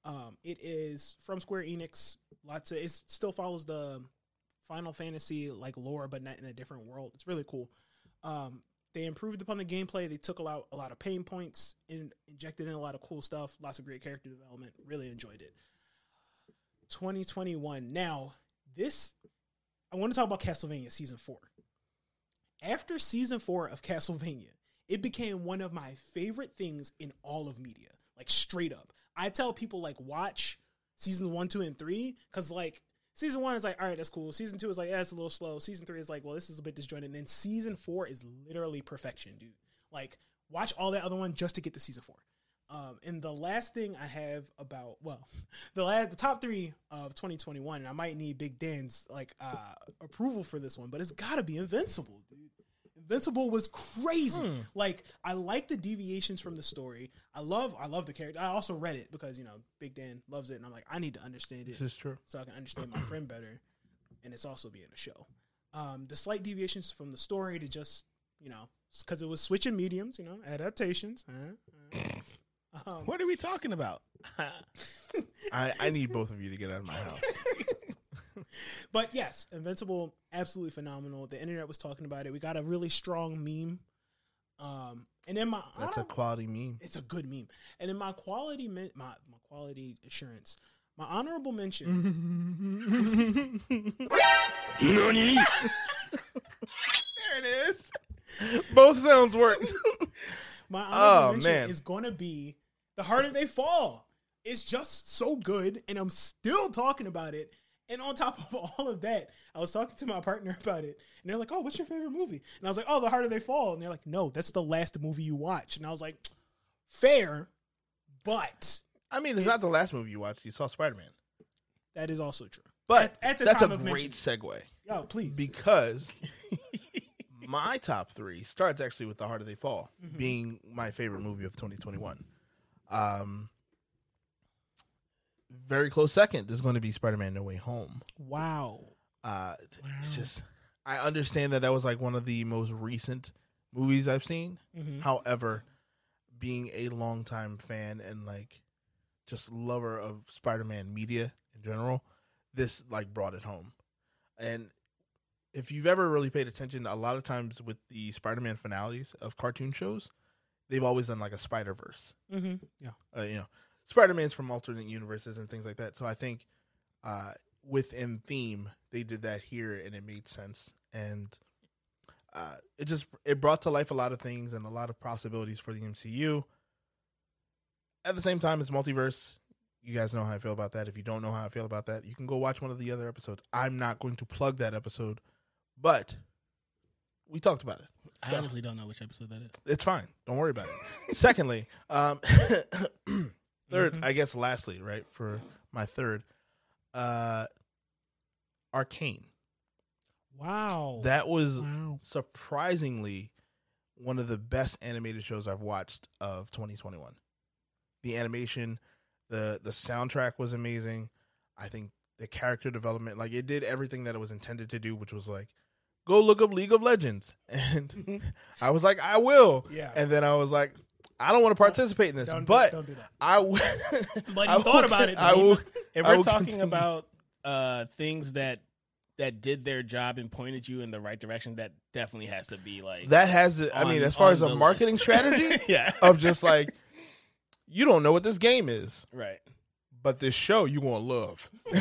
Speaker 1: Um, it is from Square Enix. Lots of it still follows the Final Fantasy like lore, but not in a different world. It's really cool. Um, they improved upon the gameplay. They took out a lot of pain points and injected in a lot of cool stuff. Lots of great character development. Really enjoyed it. 2021. Now this, I want to talk about Castlevania season four after season four of Castlevania, it became one of my favorite things in all of media. Like straight up, I tell people like watch seasons one, two, and three because like season one is like all right, that's cool. Season two is like yeah, it's a little slow. Season three is like well, this is a bit disjointed. And then season four is literally perfection, dude. Like watch all that other one just to get to season four. Um, and the last thing I have about well, the last the top three of 2021, and I might need Big Dan's like uh, approval for this one, but it's got to be Invincible, dude. Invincible was crazy. Like I like the deviations from the story. I love I love the character. I also read it because you know Big Dan loves it, and I'm like I need to understand it
Speaker 2: This is true.
Speaker 1: so I can understand my friend better, and it's also being a show. Um, the slight deviations from the story to just you know because it was switching mediums, you know adaptations. huh, huh. Um,
Speaker 3: what are we talking about?
Speaker 2: I, I need both of you to get out of my house.
Speaker 1: but yes, Invincible, absolutely phenomenal. The internet was talking about it. We got a really strong meme. Um, and then my
Speaker 2: That's a
Speaker 1: honor-
Speaker 2: quality meme.
Speaker 1: it's a good meme. And then my quality men- my my quality assurance, my honorable mention.
Speaker 2: Mm-hmm. There it is. Both sounds worked.
Speaker 1: My
Speaker 2: Oh,
Speaker 1: honorable mention
Speaker 2: man.
Speaker 1: is gonna be the harder they fall. It's just so good, and I'm still talking about it. And on top of all of that, I was talking to my partner about it, and they're like, "Oh, what's your favorite movie?" And I was like, "Oh, The Harder They Fall." And they're like, "No, that's the last movie you watch." And I was like, "Fair, but
Speaker 2: I mean, it's not the last movie you watched. You saw Spider Man,
Speaker 1: that is also true."
Speaker 2: but
Speaker 1: At- at the
Speaker 2: that's
Speaker 1: time
Speaker 2: a
Speaker 1: of
Speaker 2: great segue
Speaker 1: Yo, please.
Speaker 2: because my top three starts actually with The Harder They Fall being my favorite movie of 2021. Um, very close second is going to be Spider Man No Way Home.
Speaker 1: wow.
Speaker 2: Uh, It's
Speaker 3: Wow.
Speaker 2: just I understand that that was like one of the most recent movies I've seen.
Speaker 1: Mhm.
Speaker 2: However, being a longtime fan and like just lover of Spider-Man media in general, this like brought it home. And if you've ever really paid attention, a lot of times with the Spider-Man finales of cartoon shows, they've always done like a Spider-Verse
Speaker 1: Mm-hmm. Yeah.
Speaker 2: uh, you know, Spider Man's from alternate universes and things like that. So I think uh, within theme, they did that here, and it made sense. And uh, it just it brought to life a lot of things and a lot of possibilities for the MCU. At the same time, it's multiverse. You guys know how I feel about that. If you don't know how I feel about that, you can go watch one of the other episodes. I'm not going to plug that episode, but we talked about it.
Speaker 3: I
Speaker 2: So-
Speaker 3: honestly don't know which episode that is.
Speaker 2: it's fine. Don't worry about it. Secondly, um, 3rd I guess, lastly, right for my third, uh, Arcane.
Speaker 1: Wow.
Speaker 2: That was
Speaker 1: Mm-hmm. wow.
Speaker 2: surprisingly one of the best animated shows I've watched of 2021. The animation, the the soundtrack was amazing. I think the character development, like it did everything that it was intended to do, which was like, go look up League of Legends, and I was like, I will.
Speaker 1: Yeah.
Speaker 2: And then I was like, I don't want to participate in this,
Speaker 1: Don't,
Speaker 2: but
Speaker 1: do, not do that.
Speaker 2: I will.
Speaker 1: But
Speaker 2: I
Speaker 1: he thought
Speaker 2: will-
Speaker 1: about it.
Speaker 2: I will.
Speaker 3: If
Speaker 2: I
Speaker 3: we're
Speaker 2: will
Speaker 3: talking
Speaker 2: continue.
Speaker 3: about uh, things that that did their job and pointed you in the right direction, that definitely has to be like
Speaker 2: That has. the- I
Speaker 3: on-
Speaker 2: mean, as far
Speaker 3: on
Speaker 2: as a
Speaker 3: the
Speaker 2: marketing
Speaker 3: list.
Speaker 2: strategy Oh.
Speaker 3: yeah,
Speaker 2: of just like, you don't know what this game is.
Speaker 3: right,
Speaker 2: but this show you gonna love.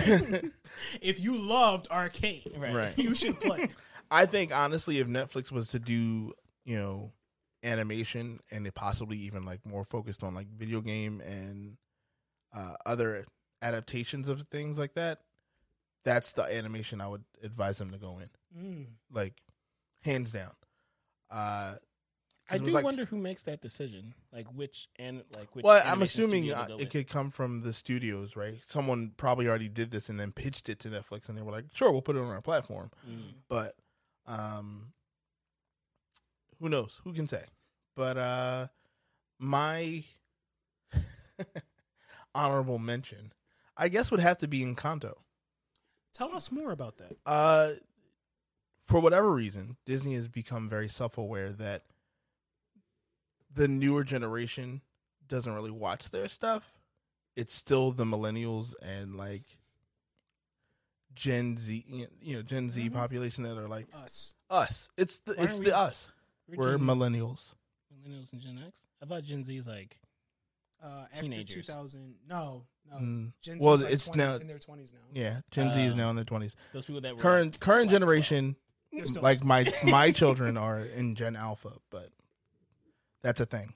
Speaker 1: If you loved Arcane,
Speaker 3: right,
Speaker 2: Right.
Speaker 1: you should play.
Speaker 2: I think honestly, if Netflix was to do, you know, animation and it possibly even like more focused on like video game and uh, other adaptations of things like that, that's the animation I would advise them to go in,
Speaker 1: Mm.
Speaker 2: like hands down. Uh, 'cause
Speaker 3: I
Speaker 2: it
Speaker 3: do
Speaker 2: was, like-
Speaker 3: wonder who makes that decision, like which and like which.
Speaker 2: Well, I'm
Speaker 3: animation
Speaker 2: assuming
Speaker 3: studio to
Speaker 2: uh,
Speaker 3: go
Speaker 2: it
Speaker 3: with.
Speaker 2: could come from the studios, right? Someone probably already did this and then pitched it to Netflix, and they were like, "Sure, we'll put it on our platform."
Speaker 3: Mm.
Speaker 2: but um who knows who can say but uh my honorable mention i guess would have to be encanto
Speaker 1: Tell us more about that.
Speaker 2: uh for whatever reason disney has become very self-aware that the newer generation doesn't really watch their stuff it's still the millennials and like gen z you know gen z
Speaker 1: Mhm.
Speaker 2: population that are like
Speaker 1: Us.
Speaker 2: us. It's the
Speaker 3: Mm-hmm. Why
Speaker 2: it's
Speaker 3: aren't
Speaker 2: the
Speaker 3: we-
Speaker 2: us. We're
Speaker 3: Gen-
Speaker 2: millennials.
Speaker 3: millennials and Gen X. I thought Gen Z is like
Speaker 1: Uh, after
Speaker 3: Teenagers.
Speaker 1: 2000, no, no.
Speaker 2: Mm.
Speaker 1: Gen
Speaker 2: Well,
Speaker 1: Z's like
Speaker 2: it's
Speaker 1: 20
Speaker 2: now-
Speaker 1: in their 20s now.
Speaker 2: Yeah, Gen Z is
Speaker 3: Oh. Uh,
Speaker 2: now in their twenties.
Speaker 3: those people that were
Speaker 2: Current current
Speaker 3: like
Speaker 2: generation,
Speaker 1: They're still-
Speaker 2: like my my children are in Gen Alpha, but that's a thing.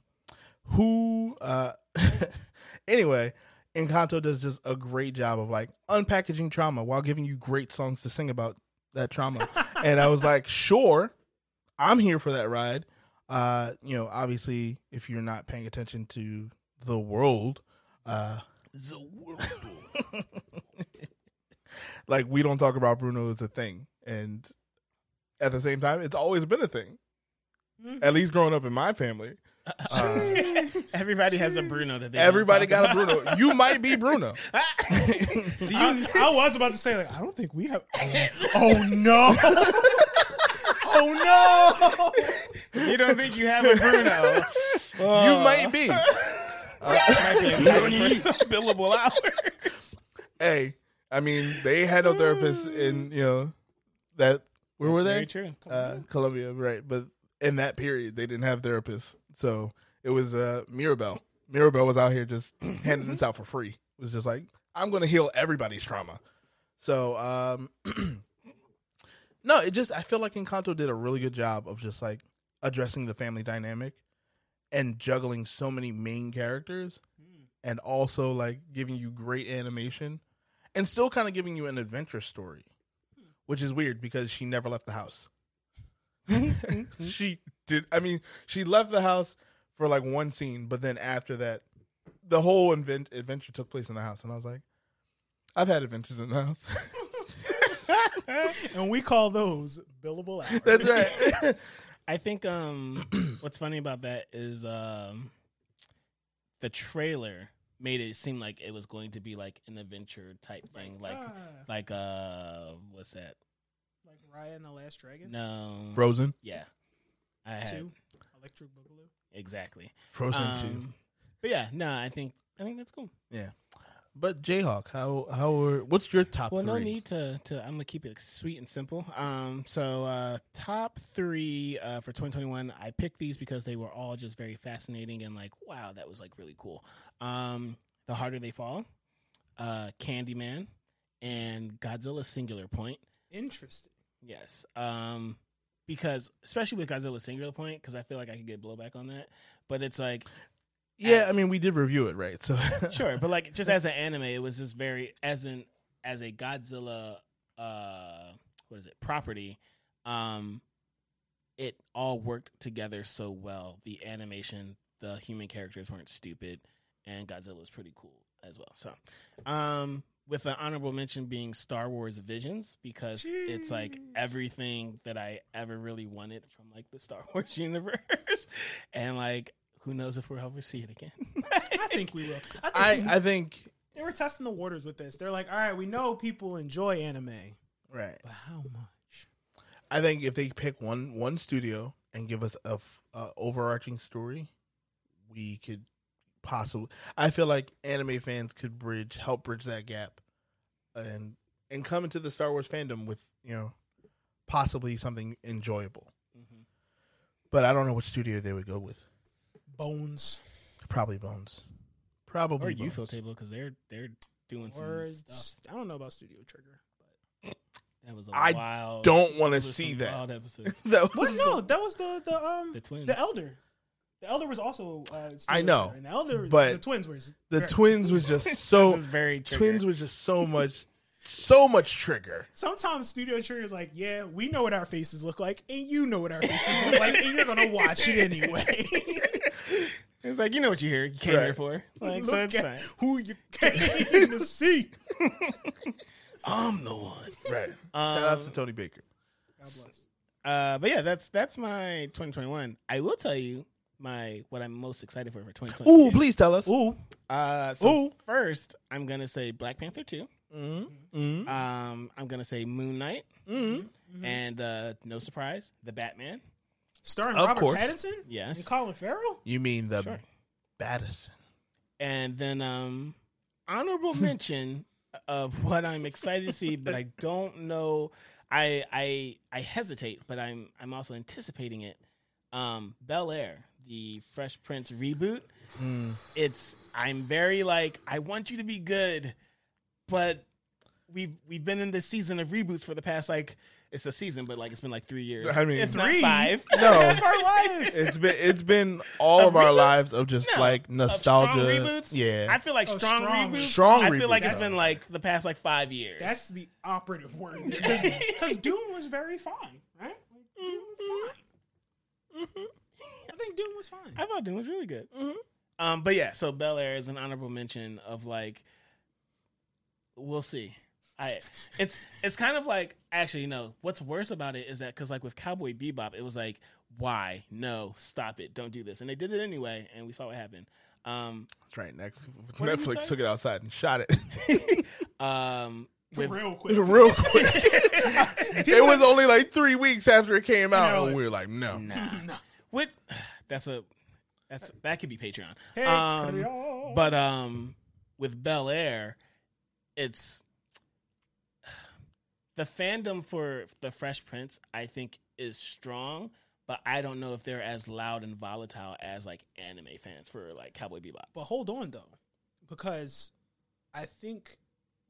Speaker 2: Who? uh Anyway, Encanto does just a great job of like unpackaging trauma while giving you great songs to sing about that trauma. and I was like, sure, I'm here for that ride. Uh, you know, obviously, if you're not paying attention to the world, uh,
Speaker 3: 12.
Speaker 2: like we don't talk about Bruno as a thing, and at the same time, it's always been a thing.
Speaker 3: Mm-hmm.
Speaker 1: Mhm.
Speaker 2: At least growing up in my family, Uh,
Speaker 3: Everybody has a Bruno that they wanna
Speaker 2: everybody
Speaker 3: talk
Speaker 2: got a
Speaker 3: about.
Speaker 2: Bruno. You might be Bruno.
Speaker 3: Do you
Speaker 1: I, I was about to say, like, I don't think we have.
Speaker 2: oh no! oh no!
Speaker 3: You don't think you have a Bruno? Uh.
Speaker 2: you might be.
Speaker 3: billable hours.
Speaker 2: Hey, I mean, they had no therapist in you know that where were they?
Speaker 3: True.
Speaker 2: uh, Columbia, right? But in that period, they didn't have therapists, so it was uh, Mirabel. Mirabel was out here just handing this out for free. It was just like, I'm going to heal everybody's trauma. So, um, no, it just I feel like Encanto did a really good job of just like addressing the family dynamic and juggling so many main characters, and also like giving you great animation. and still kind of giving you an adventure story, which is weird because she never left the house. she did. I mean, she left the house for like one scene, but then after that, the whole invent- adventure took place in the house, and I was like, I've had adventures in the house.
Speaker 1: and we call those billable hours.
Speaker 2: That's right.
Speaker 3: I think um, what's funny about that is um, the trailer made it seem like it was going to be like an adventure type thing, like
Speaker 1: Ah,
Speaker 3: like uh, what's that?
Speaker 1: like Raya and the Last Dragon.
Speaker 3: No,
Speaker 2: Frozen,
Speaker 3: yeah, I had
Speaker 1: Two, Electric Boogaloo.
Speaker 3: exactly.
Speaker 2: Frozen too.
Speaker 3: Um, but yeah, no, I think I think that's cool.
Speaker 2: But Jayhawk, how how are, what's your top
Speaker 3: well,
Speaker 2: three?
Speaker 3: no need to, to. I'm gonna keep it sweet and simple. Um, so uh, top three uh, for 2021. I picked these because they were all just very fascinating and like, wow, that was like really cool. Um, the harder they fall, uh, Candyman, and Godzilla Singular Point.
Speaker 1: Interesting.
Speaker 3: Yes. Um, because especially with Godzilla Singular Point, because I feel like I could get blowback on that. But it's like
Speaker 2: Yeah,
Speaker 3: as-
Speaker 2: I mean we did review it, right? So
Speaker 3: sure but like just as an anime it was just very as an as a godzilla uh what is it property um it all worked together so well the animation the human characters weren't stupid and godzilla was pretty cool as well so um with an honorable mention being star wars visions because it's like
Speaker 1: Jeez.
Speaker 3: everything that i ever really wanted from like the star wars universe and like who knows if we'll ever see it again
Speaker 1: I think we will. I
Speaker 2: I
Speaker 1: think
Speaker 2: I think
Speaker 1: they were testing the waters with this. They're like, all right, we know people enjoy anime,
Speaker 2: right.
Speaker 1: but how much?
Speaker 2: I think if they pick one one studio and give us a, f- a overarching story, we could possibly. I feel like anime fans could bridge, help bridge that gap, and and come into the Star Wars fandom with you know possibly something enjoyable.
Speaker 3: Mhm.
Speaker 2: But I don't know what studio they would go with.
Speaker 1: Bones.
Speaker 2: Probably Bones. Probably
Speaker 3: or
Speaker 2: Bones.
Speaker 3: UFO table because they're they're doing some
Speaker 1: Words.
Speaker 3: stuff.
Speaker 1: I don't know about Studio Trigger.
Speaker 3: That was a
Speaker 2: I
Speaker 3: wild.
Speaker 2: Don't want to
Speaker 3: those were
Speaker 2: see
Speaker 3: some
Speaker 2: that.
Speaker 3: Wild episodes.
Speaker 2: that
Speaker 1: But
Speaker 2: was
Speaker 1: no, that was the the um
Speaker 3: The twins.
Speaker 1: the elder. The elder was also. Uh, Studio
Speaker 2: I know,
Speaker 1: Trigger, and the elder,
Speaker 2: but
Speaker 1: the twins were
Speaker 2: the
Speaker 1: correct.
Speaker 2: twins was just
Speaker 3: This
Speaker 2: so
Speaker 3: is very
Speaker 2: Oh, twins was just so much so much trigger.
Speaker 1: Sometimes Studio Trigger is like, yeah, we know what our faces look like, and you know what our faces look like, and you're gonna watch it anyway.
Speaker 3: It's like you know what you hear. You came here
Speaker 2: Right.
Speaker 3: for. Like so it's fine.
Speaker 1: who you came to see.
Speaker 3: I'm the one.
Speaker 2: Right. Shout out to Tony Baker.
Speaker 1: God bless.
Speaker 3: Um, Uh, but yeah, that's that's my 2021. I will tell you my what I'm most excited for for 2021.
Speaker 2: Ooh, please tell us.
Speaker 1: Ooh,
Speaker 3: Uh, so
Speaker 1: Ooh.
Speaker 3: first, I'm gonna say Black Panther two.
Speaker 2: Mm-hmm.
Speaker 3: Um, I'm gonna say Moon Knight,
Speaker 2: Mm-hmm.
Speaker 3: and uh, no surprise, the Batman.
Speaker 1: starring
Speaker 2: Of
Speaker 1: Robert
Speaker 2: course.
Speaker 1: Pattinson and
Speaker 3: Yes,
Speaker 1: Colin Farrell.
Speaker 2: You mean the
Speaker 3: Sure.
Speaker 2: Baddison?
Speaker 3: and then um honorable mention of what I'm excited to see, but I don't know. I I I hesitate, but I'm I'm also anticipating it. Um, Bel Air, the Fresh Prince reboot.
Speaker 2: Hmm.
Speaker 3: It's I'm very like I want you to be good, but we've we've been in this season of reboots for the past like it's a season, but like it's been like three years.
Speaker 2: I mean-
Speaker 3: if not
Speaker 1: Three?
Speaker 3: five.
Speaker 2: No,
Speaker 1: That's our life.
Speaker 2: it's been it's been all
Speaker 3: Of
Speaker 2: of, our
Speaker 3: reboots?
Speaker 2: lives of just
Speaker 3: No,
Speaker 2: like
Speaker 3: of
Speaker 2: nostalgia.
Speaker 3: strong reboots.
Speaker 2: Yeah,
Speaker 3: I feel like
Speaker 1: Oh,
Speaker 3: strong,
Speaker 1: strong.
Speaker 3: reboots.
Speaker 2: Strong
Speaker 3: I feel like
Speaker 2: reboots.
Speaker 3: it's been like the past like five years.
Speaker 1: That's the operative word. Because Dune was very fine, right? Like, Dune
Speaker 3: Mm-hmm.
Speaker 1: was fine. Mm-hmm. I think Dune was fine.
Speaker 3: I thought Dune was really good.
Speaker 2: Mhm.
Speaker 3: Um, but yeah, so Bel Air is an honorable mention of like, we'll see. I it's it's kind of like actually no. What's worse about it is that because like with Cowboy Bebop, it was like why no stop it don't do this and they did it anyway and we saw what happened. Um,
Speaker 2: that's right. Net-
Speaker 3: did you
Speaker 2: Netflix
Speaker 3: say?
Speaker 2: took it outside and shot it
Speaker 3: um, with
Speaker 1: Real quick.
Speaker 2: real quick. it was only like three weeks after it came out,
Speaker 1: know,
Speaker 2: and we were like, no.
Speaker 1: No.
Speaker 3: with that's a that's that could be Patreon.
Speaker 1: Hey,
Speaker 3: Um,
Speaker 1: Creole.
Speaker 3: But um, with Bel Air, it's the fandom for the Fresh Prince. I think is strong, but I don't know if they're as loud and volatile as like anime fans for like Cowboy Bebop.
Speaker 1: But hold on though, because I think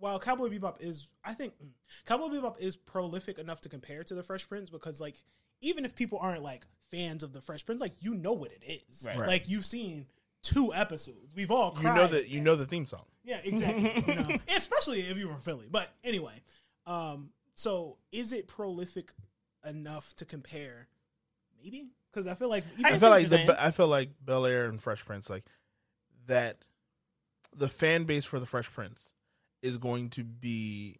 Speaker 1: while Cowboy Bebop is, I think mm, Cowboy Bebop is prolific enough to compare to the Fresh Prince because like even if people aren't like fans of the Fresh Prince, like you know what it is,
Speaker 3: Right.
Speaker 2: Right.
Speaker 1: like you've seen two episodes. We've all
Speaker 2: You
Speaker 1: cried.
Speaker 2: know that you know the theme song.
Speaker 1: Yeah, exactly. you know, especially if you were from Philly. But anyway, um, so is it prolific enough to compare? Maybe because I feel like
Speaker 3: I
Speaker 2: I
Speaker 1: even,
Speaker 3: see
Speaker 2: feel
Speaker 3: what
Speaker 2: like
Speaker 3: you're
Speaker 2: the,
Speaker 3: saying.
Speaker 2: I feel like Bel Air and Fresh Prince, like that, the fan base for the Fresh Prince is going to be,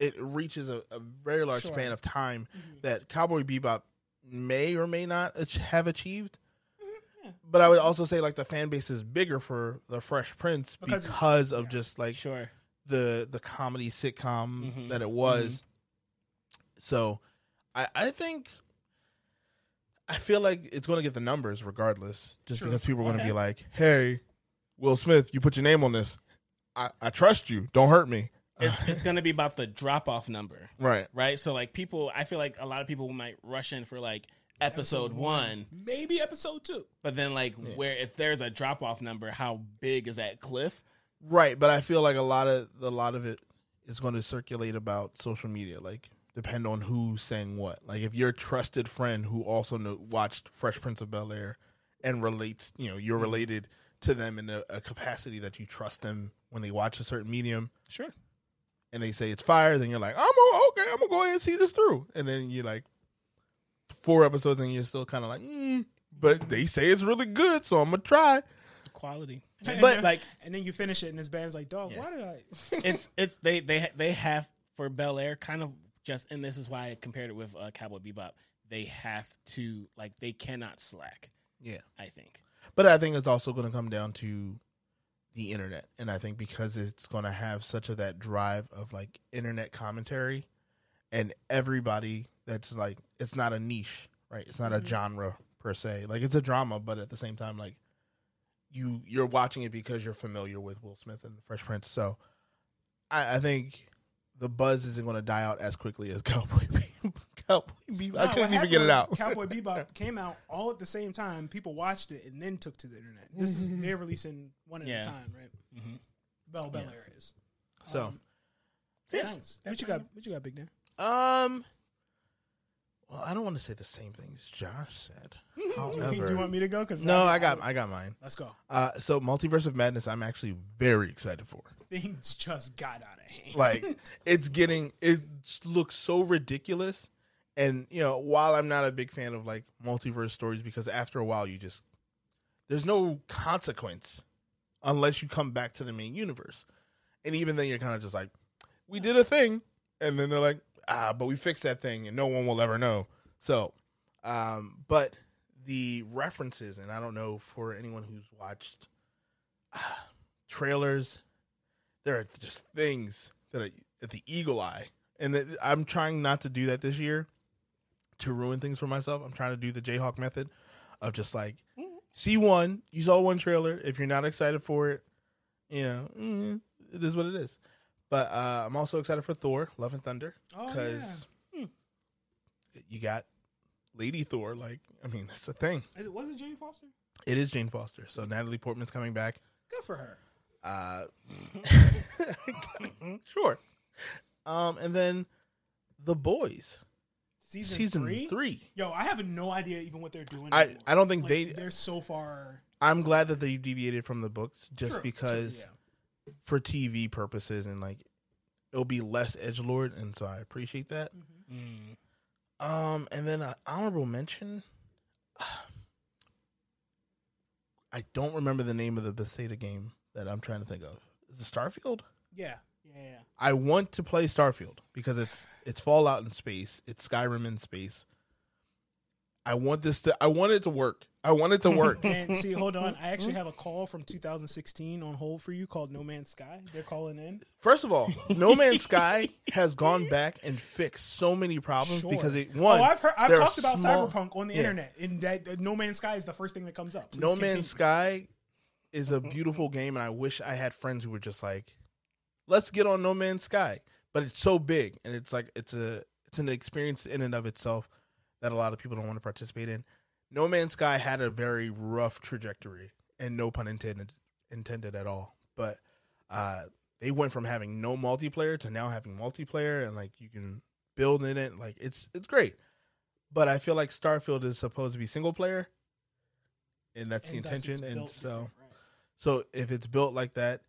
Speaker 2: it reaches a, a very large
Speaker 1: Sure.
Speaker 2: span of time
Speaker 1: Mhm.
Speaker 2: that Cowboy Bebop may or may not ach- have achieved.
Speaker 1: yeah.
Speaker 2: But I would also say like the fan base is bigger for the Fresh Prince
Speaker 1: Because-
Speaker 2: because, of
Speaker 1: yeah.
Speaker 2: just like
Speaker 3: Sure.
Speaker 2: the the comedy sitcom
Speaker 3: Mhm.
Speaker 2: that it was. So, I I think I feel like it's going to get the numbers regardless, just
Speaker 1: Sure.
Speaker 2: because people are going to
Speaker 3: Okay.
Speaker 2: be like, "Hey, Will Smith, you put your name on this. I I trust you. Don't hurt me."
Speaker 3: It's, it's going to be about the drop off number,
Speaker 2: right.
Speaker 3: right? So, like, people, I feel like a lot of people might rush in for like episode, one,
Speaker 1: maybe episode two.
Speaker 3: but then, like, where if there's a drop off number, how big is that cliff?
Speaker 2: Right, but I feel like a lot of a lot of it is going to circulate about social media, like depend on who's saying what. Like if your trusted friend who also know, watched Fresh Prince of Bel Air and relates, you know, you're related to them in a, a capacity that you trust them when they watch a certain medium,
Speaker 3: Sure.
Speaker 2: and they say it's fire, then you're like, I'm o- okay, I'm gonna go ahead and see this through, and then you're like four episodes, and you're still kind of like, mm, but they say it's really good, so I'm gonna try.
Speaker 3: It's the quality.
Speaker 1: And
Speaker 2: But,
Speaker 1: then-
Speaker 3: like-
Speaker 1: and then you finish it, and this band's like, "Dog,
Speaker 3: Yeah.
Speaker 1: why did I?"
Speaker 3: it's it's they they they have for Bel Air kind of just and this is why I compared it with uh, Cowboy Bebop. They have to like they cannot slack.
Speaker 2: Yeah.
Speaker 3: I think
Speaker 2: But I think it's also going to come down to the internet, and I think because it's going to have such of that drive of like internet commentary, and everybody that's like it's not a niche, right? It's not
Speaker 1: Mhm.
Speaker 2: a genre per se. Like it's a drama, but at the same time, like you you're watching it because you're familiar with Will Smith and the Fresh Prince. So I, I think the buzz isn't going to die out as quickly as Cowboy Bebop. Cowboy Bebop. I
Speaker 1: Nah,
Speaker 2: couldn't
Speaker 1: what
Speaker 2: even get
Speaker 1: happened
Speaker 2: it out.
Speaker 1: was Cowboy Bebop came out all at the same time. People watched it and then took to the internet. This is they're releasing one at
Speaker 3: Yeah.
Speaker 1: a time, right?
Speaker 3: mm-hmm.
Speaker 1: Bell Bel
Speaker 2: Yeah.
Speaker 1: Air is.
Speaker 2: So.
Speaker 1: Um, so
Speaker 3: Yeah.
Speaker 1: thanks.
Speaker 3: That's
Speaker 1: What you got?
Speaker 3: fine.
Speaker 1: What you got, Big Dan?
Speaker 2: Um. Well, I don't want to say the same thing as Josh said.
Speaker 1: Do Oh, you, think, do you want
Speaker 2: However,
Speaker 1: me to go? Because
Speaker 2: no, I got I got mine.
Speaker 1: Let's go.
Speaker 2: Uh, so Multiverse of Madness, I'm actually very excited for.
Speaker 1: Things just got out of hand.
Speaker 2: Like, it's getting it looks so ridiculous, and you know, while I'm not a big fan of like multiverse stories, because after a while you just there's no consequence unless you come back to the main universe, and even then you're kind of just like, we did a thing, and then they're like, ah, but we fixed that thing, and no one will ever know. So, um, but the references, and I don't know for anyone who's watched ah, trailers, there are just things that are at the eagle eye, and it, I'm trying not to do that this year to ruin things for myself. I'm trying to do the Jayhawk method of just like see one, you saw one trailer. If you're not excited for it, you know, mm, it is what it is. But uh, I'm also excited for Thor: Love and Thunder
Speaker 1: Oh,
Speaker 2: because you got Lady Thor. Like, I mean, that's the thing.
Speaker 1: Is it, was it Jane Foster?
Speaker 2: It is Jane Foster, so Natalie Portman's coming back.
Speaker 1: Good for her.
Speaker 2: Uh, sure. Um, and then the boys
Speaker 1: Season,
Speaker 2: season,
Speaker 1: three?
Speaker 2: three.
Speaker 1: Yo, I have no idea even what they're doing.
Speaker 2: I
Speaker 1: anymore.
Speaker 2: I don't think
Speaker 1: Like,
Speaker 2: they.
Speaker 1: They're so far.
Speaker 2: I'm glad that they deviated from the books just
Speaker 1: Sure, sure,
Speaker 2: because
Speaker 1: yeah.
Speaker 2: for TV purposes and like it'll be less edge lord, and so I appreciate that.
Speaker 3: Mm.
Speaker 2: Um, and then an honorable mention. I don't remember the name of the Bethesda game that I'm trying to think of. Is it Starfield?
Speaker 1: Yeah, yeah, yeah.
Speaker 2: I want to play Starfield because it's it's Fallout in space, it's Skyrim in space. I want this to I want it to work. I want it to work.
Speaker 1: And see, hold on. I actually have a call from 2016 on hold for you called No Man's Sky. They're calling in.
Speaker 2: First of all, No Man's Sky has gone back and fixed so many problems
Speaker 1: Sure.
Speaker 2: because it one
Speaker 1: oh, I've heard. I've
Speaker 2: there are
Speaker 1: talked about
Speaker 2: small-
Speaker 1: Cyberpunk on the
Speaker 2: Yeah.
Speaker 1: internet, and that that No Man's Sky is the first thing that comes up. Please
Speaker 2: No
Speaker 1: continue.
Speaker 2: Man's Sky is a beautiful game, and I wish I had friends who were just like, "Let's get on No Man's Sky." But it's so big, and it's like it's a it's an experience in and of itself that a lot of people don't want to participate in. No Man's Sky had a very rough trajectory, and no pun intended intended at all. But uh, they went from having no multiplayer to now having multiplayer, and like you can build in it. Like it's it's great. But I feel like Starfield is supposed to be single player, and that's the
Speaker 1: And thus it's
Speaker 2: intention. And
Speaker 1: built
Speaker 2: so,
Speaker 1: different, right.
Speaker 2: so if it's built like that,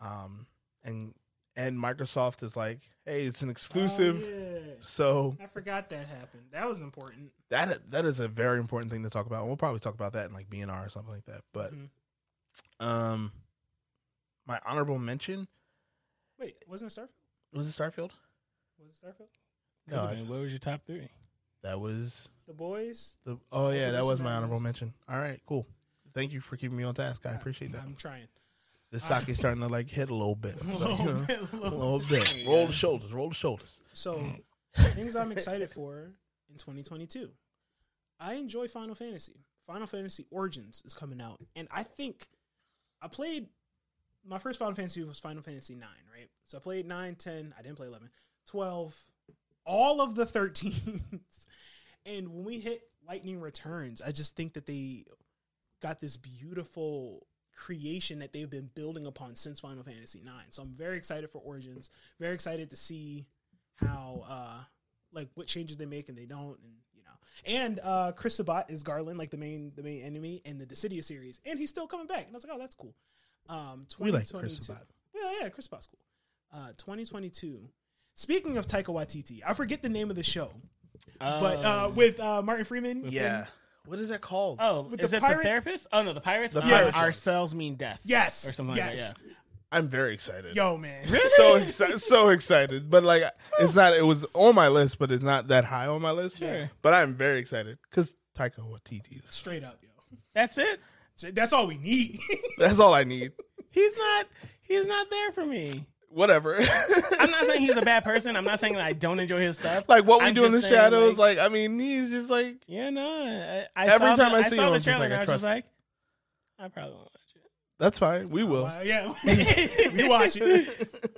Speaker 2: um, and and Microsoft is like, hey, it's an exclusive.
Speaker 1: Oh, yeah.
Speaker 2: So
Speaker 1: I forgot that happened. That was important.
Speaker 2: that that is a very important thing to talk about. And we'll probably talk about that in like BNR or something like that. But
Speaker 1: Mhm.
Speaker 2: um, my honorable mention
Speaker 1: Wait, wasn't it Starfield?
Speaker 2: was it Starfield?
Speaker 1: Was it Starfield?
Speaker 3: Could
Speaker 2: I-
Speaker 3: have been. What was your top three?
Speaker 2: That was
Speaker 1: The boys.
Speaker 2: the oh yeah,
Speaker 1: what
Speaker 2: that
Speaker 1: was
Speaker 2: was
Speaker 1: on
Speaker 2: my
Speaker 1: that
Speaker 2: honorable
Speaker 1: list.
Speaker 2: mention. All right, cool. Thank you for keeping me on task. I appreciate that.
Speaker 1: I'm trying.
Speaker 2: The sake is starting to like hit a little bit.
Speaker 1: A
Speaker 2: So, you
Speaker 1: little
Speaker 2: know,
Speaker 1: bit, a
Speaker 2: a
Speaker 1: little
Speaker 2: little bit. Roll the shoulders. Roll the shoulders.
Speaker 1: So, things I'm excited for in 2022. I enjoy Final Fantasy. Final Fantasy Origins is coming out, and I think I played my first Final Fantasy was Final Fantasy 9, right? So I played 9, 10, I didn't play 11, 12, all of the 13s. and when we hit Lightning Returns, I just think that they got this beautiful creation that they've been building upon since Final Fantasy 9. So I'm very excited for Origins. Very excited to see how uh like what changes they make and they don't and you know and uh chris sabat is garland like the main the main enemy in the Dissidia series and he's still coming back and i was like oh that's cool um
Speaker 2: We like Chris
Speaker 1: 2022
Speaker 2: Sabat.
Speaker 1: yeah yeah chris sabat's cool uh 2022 speaking of taika waititi i forget the name of the show but
Speaker 3: Um,
Speaker 1: uh with uh martin freeman
Speaker 2: Yeah.
Speaker 1: and-
Speaker 2: What is that called?
Speaker 3: oh,
Speaker 1: with
Speaker 3: is
Speaker 1: the
Speaker 3: it
Speaker 1: pirate-
Speaker 3: the therapist? Oh no, the pirates.
Speaker 2: The
Speaker 3: Uh,
Speaker 2: pirate one.
Speaker 3: ourselves mean death.
Speaker 1: yes
Speaker 3: or something
Speaker 1: yes
Speaker 3: like that. Yeah.
Speaker 2: I'm very excited.
Speaker 1: yo man
Speaker 2: So excited, so excited, but like it's not. It was on my list, but it's not that high on my list.
Speaker 3: Sure.
Speaker 2: But I'm very excited because Taika Waititi. is-
Speaker 1: straight up yo
Speaker 3: That's it.
Speaker 1: So that's all we need
Speaker 2: That's all I need.
Speaker 3: He's not. He's not there for me.
Speaker 2: Whatever.
Speaker 3: I'm not saying he's a bad person. I'm not saying that I don't enjoy his stuff.
Speaker 2: like what we
Speaker 3: I'm
Speaker 2: do in the
Speaker 3: just saying,
Speaker 2: shadows. Like, I mean, he's just like
Speaker 3: yeah, no. I, I
Speaker 2: Every
Speaker 3: saw
Speaker 2: time
Speaker 3: the,
Speaker 2: I
Speaker 3: I,
Speaker 2: see
Speaker 3: saw
Speaker 2: him, I'm
Speaker 3: the
Speaker 2: just
Speaker 3: trailer,
Speaker 2: like,
Speaker 3: and
Speaker 2: I
Speaker 3: I was just
Speaker 2: trust-
Speaker 3: like, I probably won't watch it.
Speaker 2: that's fine. We will.
Speaker 1: Wow, yeah, we watch it.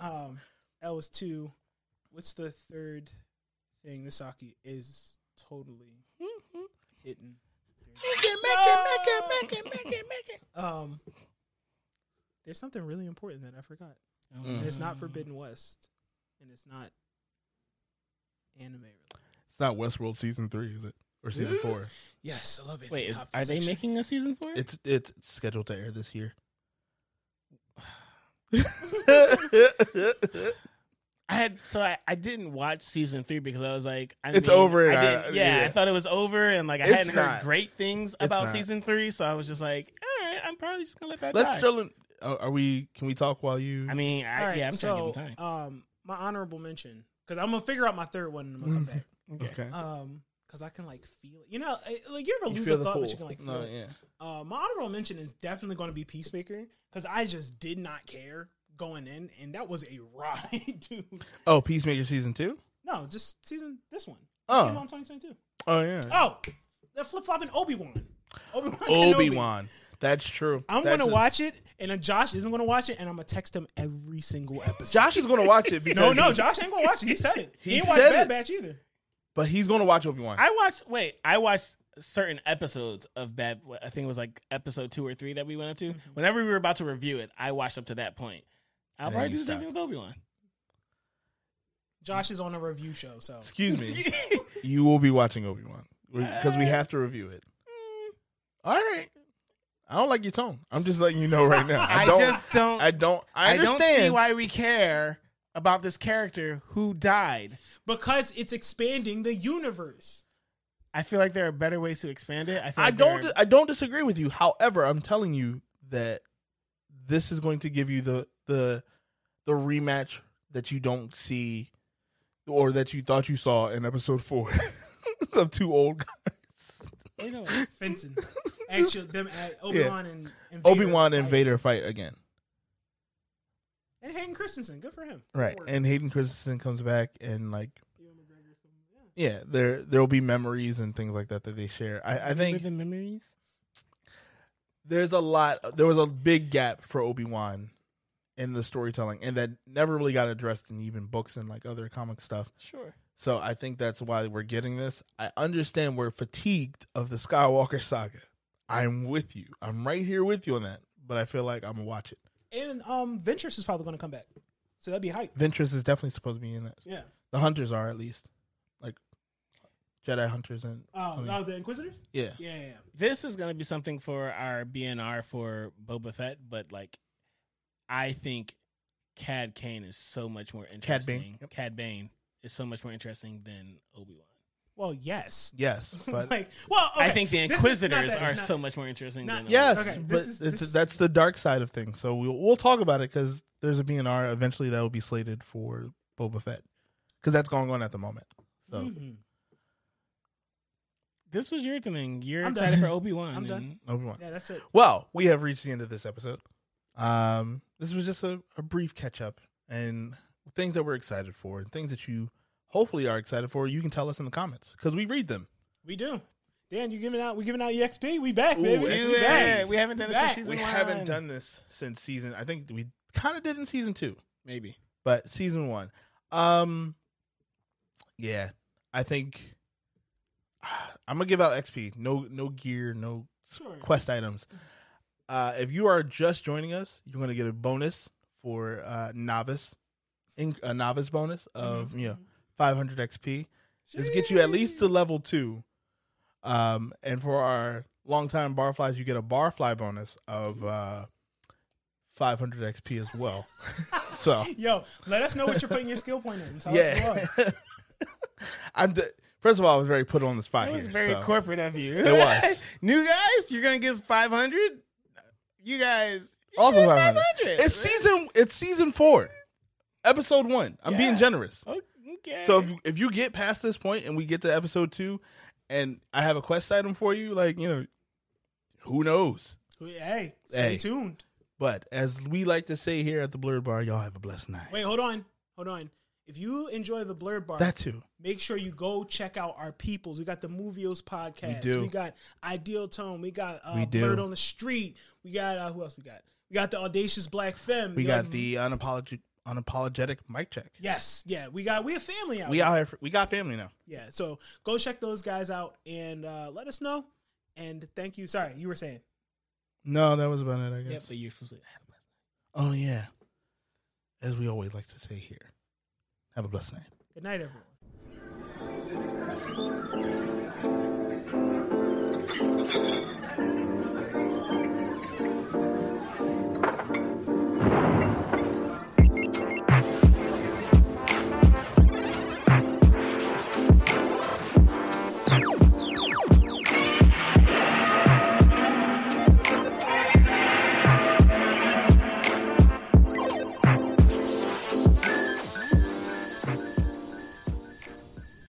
Speaker 1: Um, that was two. What's the third thing? Nisaki is totally hitting.
Speaker 3: Make it, make it, make it, make it, make it.
Speaker 1: Um, there's something really important that I forgot.
Speaker 2: Mm.
Speaker 1: And it's not Forbidden West, and it's not anime. Related.
Speaker 2: It's not Westworld season three, is it? Or season four?
Speaker 1: Yes, I love it.
Speaker 3: Wait, is, are they making a season four?
Speaker 2: It's it's scheduled to air this year.
Speaker 3: I had so I, I didn't watch season three because I was like, I
Speaker 2: It's
Speaker 3: mean,
Speaker 2: over and
Speaker 3: I
Speaker 2: I-
Speaker 3: didn't- yeah,
Speaker 2: yeah.
Speaker 3: I thought it was over, and like I
Speaker 2: It's
Speaker 3: hadn't
Speaker 2: not.
Speaker 3: heard great things about
Speaker 2: not.
Speaker 3: season three, so I was just like, all right, I'm probably just gonna let that
Speaker 2: Let's
Speaker 3: die.
Speaker 2: still. Are are we? Can we talk while you?
Speaker 3: I mean, I,
Speaker 1: All right,
Speaker 3: yeah, I'm trying to
Speaker 1: so
Speaker 3: give them time.
Speaker 1: um, my honorable mention because I'm gonna figure out my third one and I'm gonna come back.
Speaker 2: okay.
Speaker 1: Um, because I can like feel it. You know, I- like you ever
Speaker 2: You
Speaker 1: lose
Speaker 2: feel
Speaker 1: a
Speaker 2: the
Speaker 1: thought,
Speaker 2: pull.
Speaker 1: but you can like feel
Speaker 2: no,
Speaker 1: it.
Speaker 2: yeah.
Speaker 1: Uh, my honorable mention is definitely going to be Peacemaker because I just did not care going in, and that was a ride, dude.
Speaker 2: Oh, Peacemaker season two.
Speaker 1: No, just season this one.
Speaker 2: Oh.
Speaker 1: Came out in 2022.
Speaker 2: Oh yeah.
Speaker 1: Oh, they're flip flopping Obi Wan. Obi Wan.
Speaker 2: Obi Wan. That's true.
Speaker 1: I'm
Speaker 2: That's
Speaker 1: gonna
Speaker 2: a-
Speaker 1: watch it, and then Josh isn't gonna watch it, and I'm gonna text him every single episode.
Speaker 2: Josh is gonna watch it
Speaker 1: no,
Speaker 2: because
Speaker 1: no,
Speaker 2: he-
Speaker 1: Josh ain't gonna watch it. He said it. He,
Speaker 2: He
Speaker 1: ain't watched
Speaker 2: said
Speaker 1: Bad
Speaker 2: it.
Speaker 1: Batch either.
Speaker 2: but he's gonna watch Obi Wan.
Speaker 3: I watched. Wait, I watched certain episodes of Bad. I think it was like episode two or three that we went up to. Whenever we were about to review it, I watched up to that point. I'll
Speaker 2: And then
Speaker 3: probably
Speaker 2: you
Speaker 3: do the same thing with Obi Wan.
Speaker 1: Josh is on a review show, so
Speaker 2: Excuse me. you will be watching Obi Wan because we have to review it. All right. I don't like your tone. I'm just letting you know right now. I,
Speaker 3: I,
Speaker 2: don't.
Speaker 3: just don't.
Speaker 2: I don't. I
Speaker 3: I
Speaker 2: understand.
Speaker 3: don't see why we care about this character who died.
Speaker 1: because it's expanding the universe.
Speaker 3: I feel like there are better ways to expand it. I, feel
Speaker 2: I
Speaker 3: like
Speaker 2: don't.
Speaker 3: there
Speaker 2: I don't disagree with you. However, I'm telling you that this is going to give you the the the rematch that you don't see or that you thought you saw in episode four of two old guys.
Speaker 3: are- you know,
Speaker 1: fencing. Actually, them at Obi Wan and, and Vader
Speaker 2: Obi Wan and
Speaker 1: fight.
Speaker 2: Vader fight again.
Speaker 1: and Hayden Christensen. Good for him.
Speaker 2: Right.
Speaker 1: Good work.
Speaker 2: And Hayden Christensen comes back and like
Speaker 1: Ewan McGregor's coming back.
Speaker 2: yeah, there there'll be memories and things like that that they share. I, I
Speaker 3: with
Speaker 2: think
Speaker 3: the memories.
Speaker 2: there's a lot. There was a big gap for Obi Wan in the storytelling, and that never really got addressed in even books and like other comic stuff.
Speaker 3: Sure.
Speaker 2: So I think that's why we're getting this. I understand we're fatigued of the Skywalker saga. I'm with you. I'm right here with you on that. But I feel like I'm gonna watch it.
Speaker 1: And um, Ventress is probably going to come back, so that'd be hype.
Speaker 2: Ventress is definitely supposed to be in that.
Speaker 1: Yeah,
Speaker 2: The Hunters are at least. Like Jedi Hunters and
Speaker 1: Oh,
Speaker 2: mean-
Speaker 1: oh, the Inquisitors.
Speaker 2: yeah.
Speaker 1: Yeah, yeah, yeah.
Speaker 3: This is going to be something for our BNR for Boba Fett, but like, I think Cad Kane is so much more interesting.
Speaker 2: Cad Bane, yep.
Speaker 3: Cad Bane is so much more interesting than Obi Wan.
Speaker 1: Well, yes.
Speaker 2: Yes, but
Speaker 1: like, well,
Speaker 3: I
Speaker 1: okay,
Speaker 3: think the
Speaker 1: this is- not
Speaker 3: Inquisitors
Speaker 1: that-
Speaker 3: are
Speaker 1: not-
Speaker 3: so much more interesting
Speaker 1: not-
Speaker 3: than
Speaker 2: yes,
Speaker 1: Okay, this
Speaker 2: but
Speaker 1: is-
Speaker 2: it's,
Speaker 1: this-
Speaker 2: that's the dark side of things. So we'll we'll talk about it because there's a BNR eventually that will be slated for Boba Fett because that's going on at the moment. So
Speaker 1: Mhm.
Speaker 3: This was your thing. You're
Speaker 1: I'm
Speaker 3: excited
Speaker 1: done.
Speaker 3: for Obi Wan.
Speaker 1: I'm done.
Speaker 2: Obi Wan.
Speaker 1: Yeah, that's it.
Speaker 2: Well, we have reached the end of this episode. Um, this was just a, a brief catch up and things that we're excited for and things that you hopefully are excited for. You can tell us in the comments because we read them.
Speaker 1: We do. Dan, you giving out? We giving out EXP? We back,
Speaker 2: Ooh,
Speaker 1: baby.
Speaker 2: do
Speaker 1: We
Speaker 2: it.
Speaker 1: back.
Speaker 3: We haven't done it
Speaker 1: Back.
Speaker 3: since season
Speaker 2: we
Speaker 3: one.
Speaker 2: haven't done this since season. I think we kind of did in season two,
Speaker 3: maybe.
Speaker 2: but season one. Um, yeah, I think I'm gonna give out XP. No, no gear, no
Speaker 1: Sure.
Speaker 2: quest items. Uh, if you are just joining us, you're going to get a bonus for uh, novice, in, a novice bonus of you know 500 XP. This gets you at least to level two. Um, and for our longtime barflies, you get a barfly bonus of uh, 500 XP as well. so
Speaker 1: Yo, let us know what you're putting your skill point in. Tell us
Speaker 2: yeah,
Speaker 1: what.
Speaker 2: I'm. d first of all, I was very put on the spot.
Speaker 3: It was
Speaker 2: here,
Speaker 3: very
Speaker 2: so.
Speaker 3: corporate of you.
Speaker 2: It was.
Speaker 3: New guys, you're gonna give us 500. You guys you
Speaker 2: Also
Speaker 3: get
Speaker 2: 500.
Speaker 3: 500.
Speaker 2: It's season. It's season four, episode one. I'm being
Speaker 3: Yeah.
Speaker 2: generous.
Speaker 3: Okay.
Speaker 2: So if if you get past this point and we get to episode two, and I have a quest item for you, like you know, who knows?
Speaker 1: Hey, stay
Speaker 2: Hey.
Speaker 1: tuned.
Speaker 2: But as we like to say here at the Blurred Bar, y'all have a blessed night.
Speaker 1: Wait, hold on, hold on. If you enjoy the blurred bar,
Speaker 2: that too.
Speaker 1: make sure you go check out our peoples. We got the Movios podcast.
Speaker 2: We do.
Speaker 1: got Ideal Tone. We got uh,
Speaker 2: We do.
Speaker 1: Blurred on the Street. We got uh, who else? We got we got the Audacious Black Femme.
Speaker 2: We
Speaker 1: Yo,
Speaker 2: got the unapologetic unapologetic mic check.
Speaker 1: yes, yeah. We got we a family out.
Speaker 2: We
Speaker 1: here.
Speaker 2: out here. For, we got family now.
Speaker 1: yeah. So go check those guys out and uh, let us know. And thank you. Sorry, you were saying.
Speaker 2: No, that was about it. I guess.
Speaker 3: Yep, but you're supposed to have a
Speaker 2: Oh yeah. As we always like to say here, have a blessed night.
Speaker 1: Good night, everyone.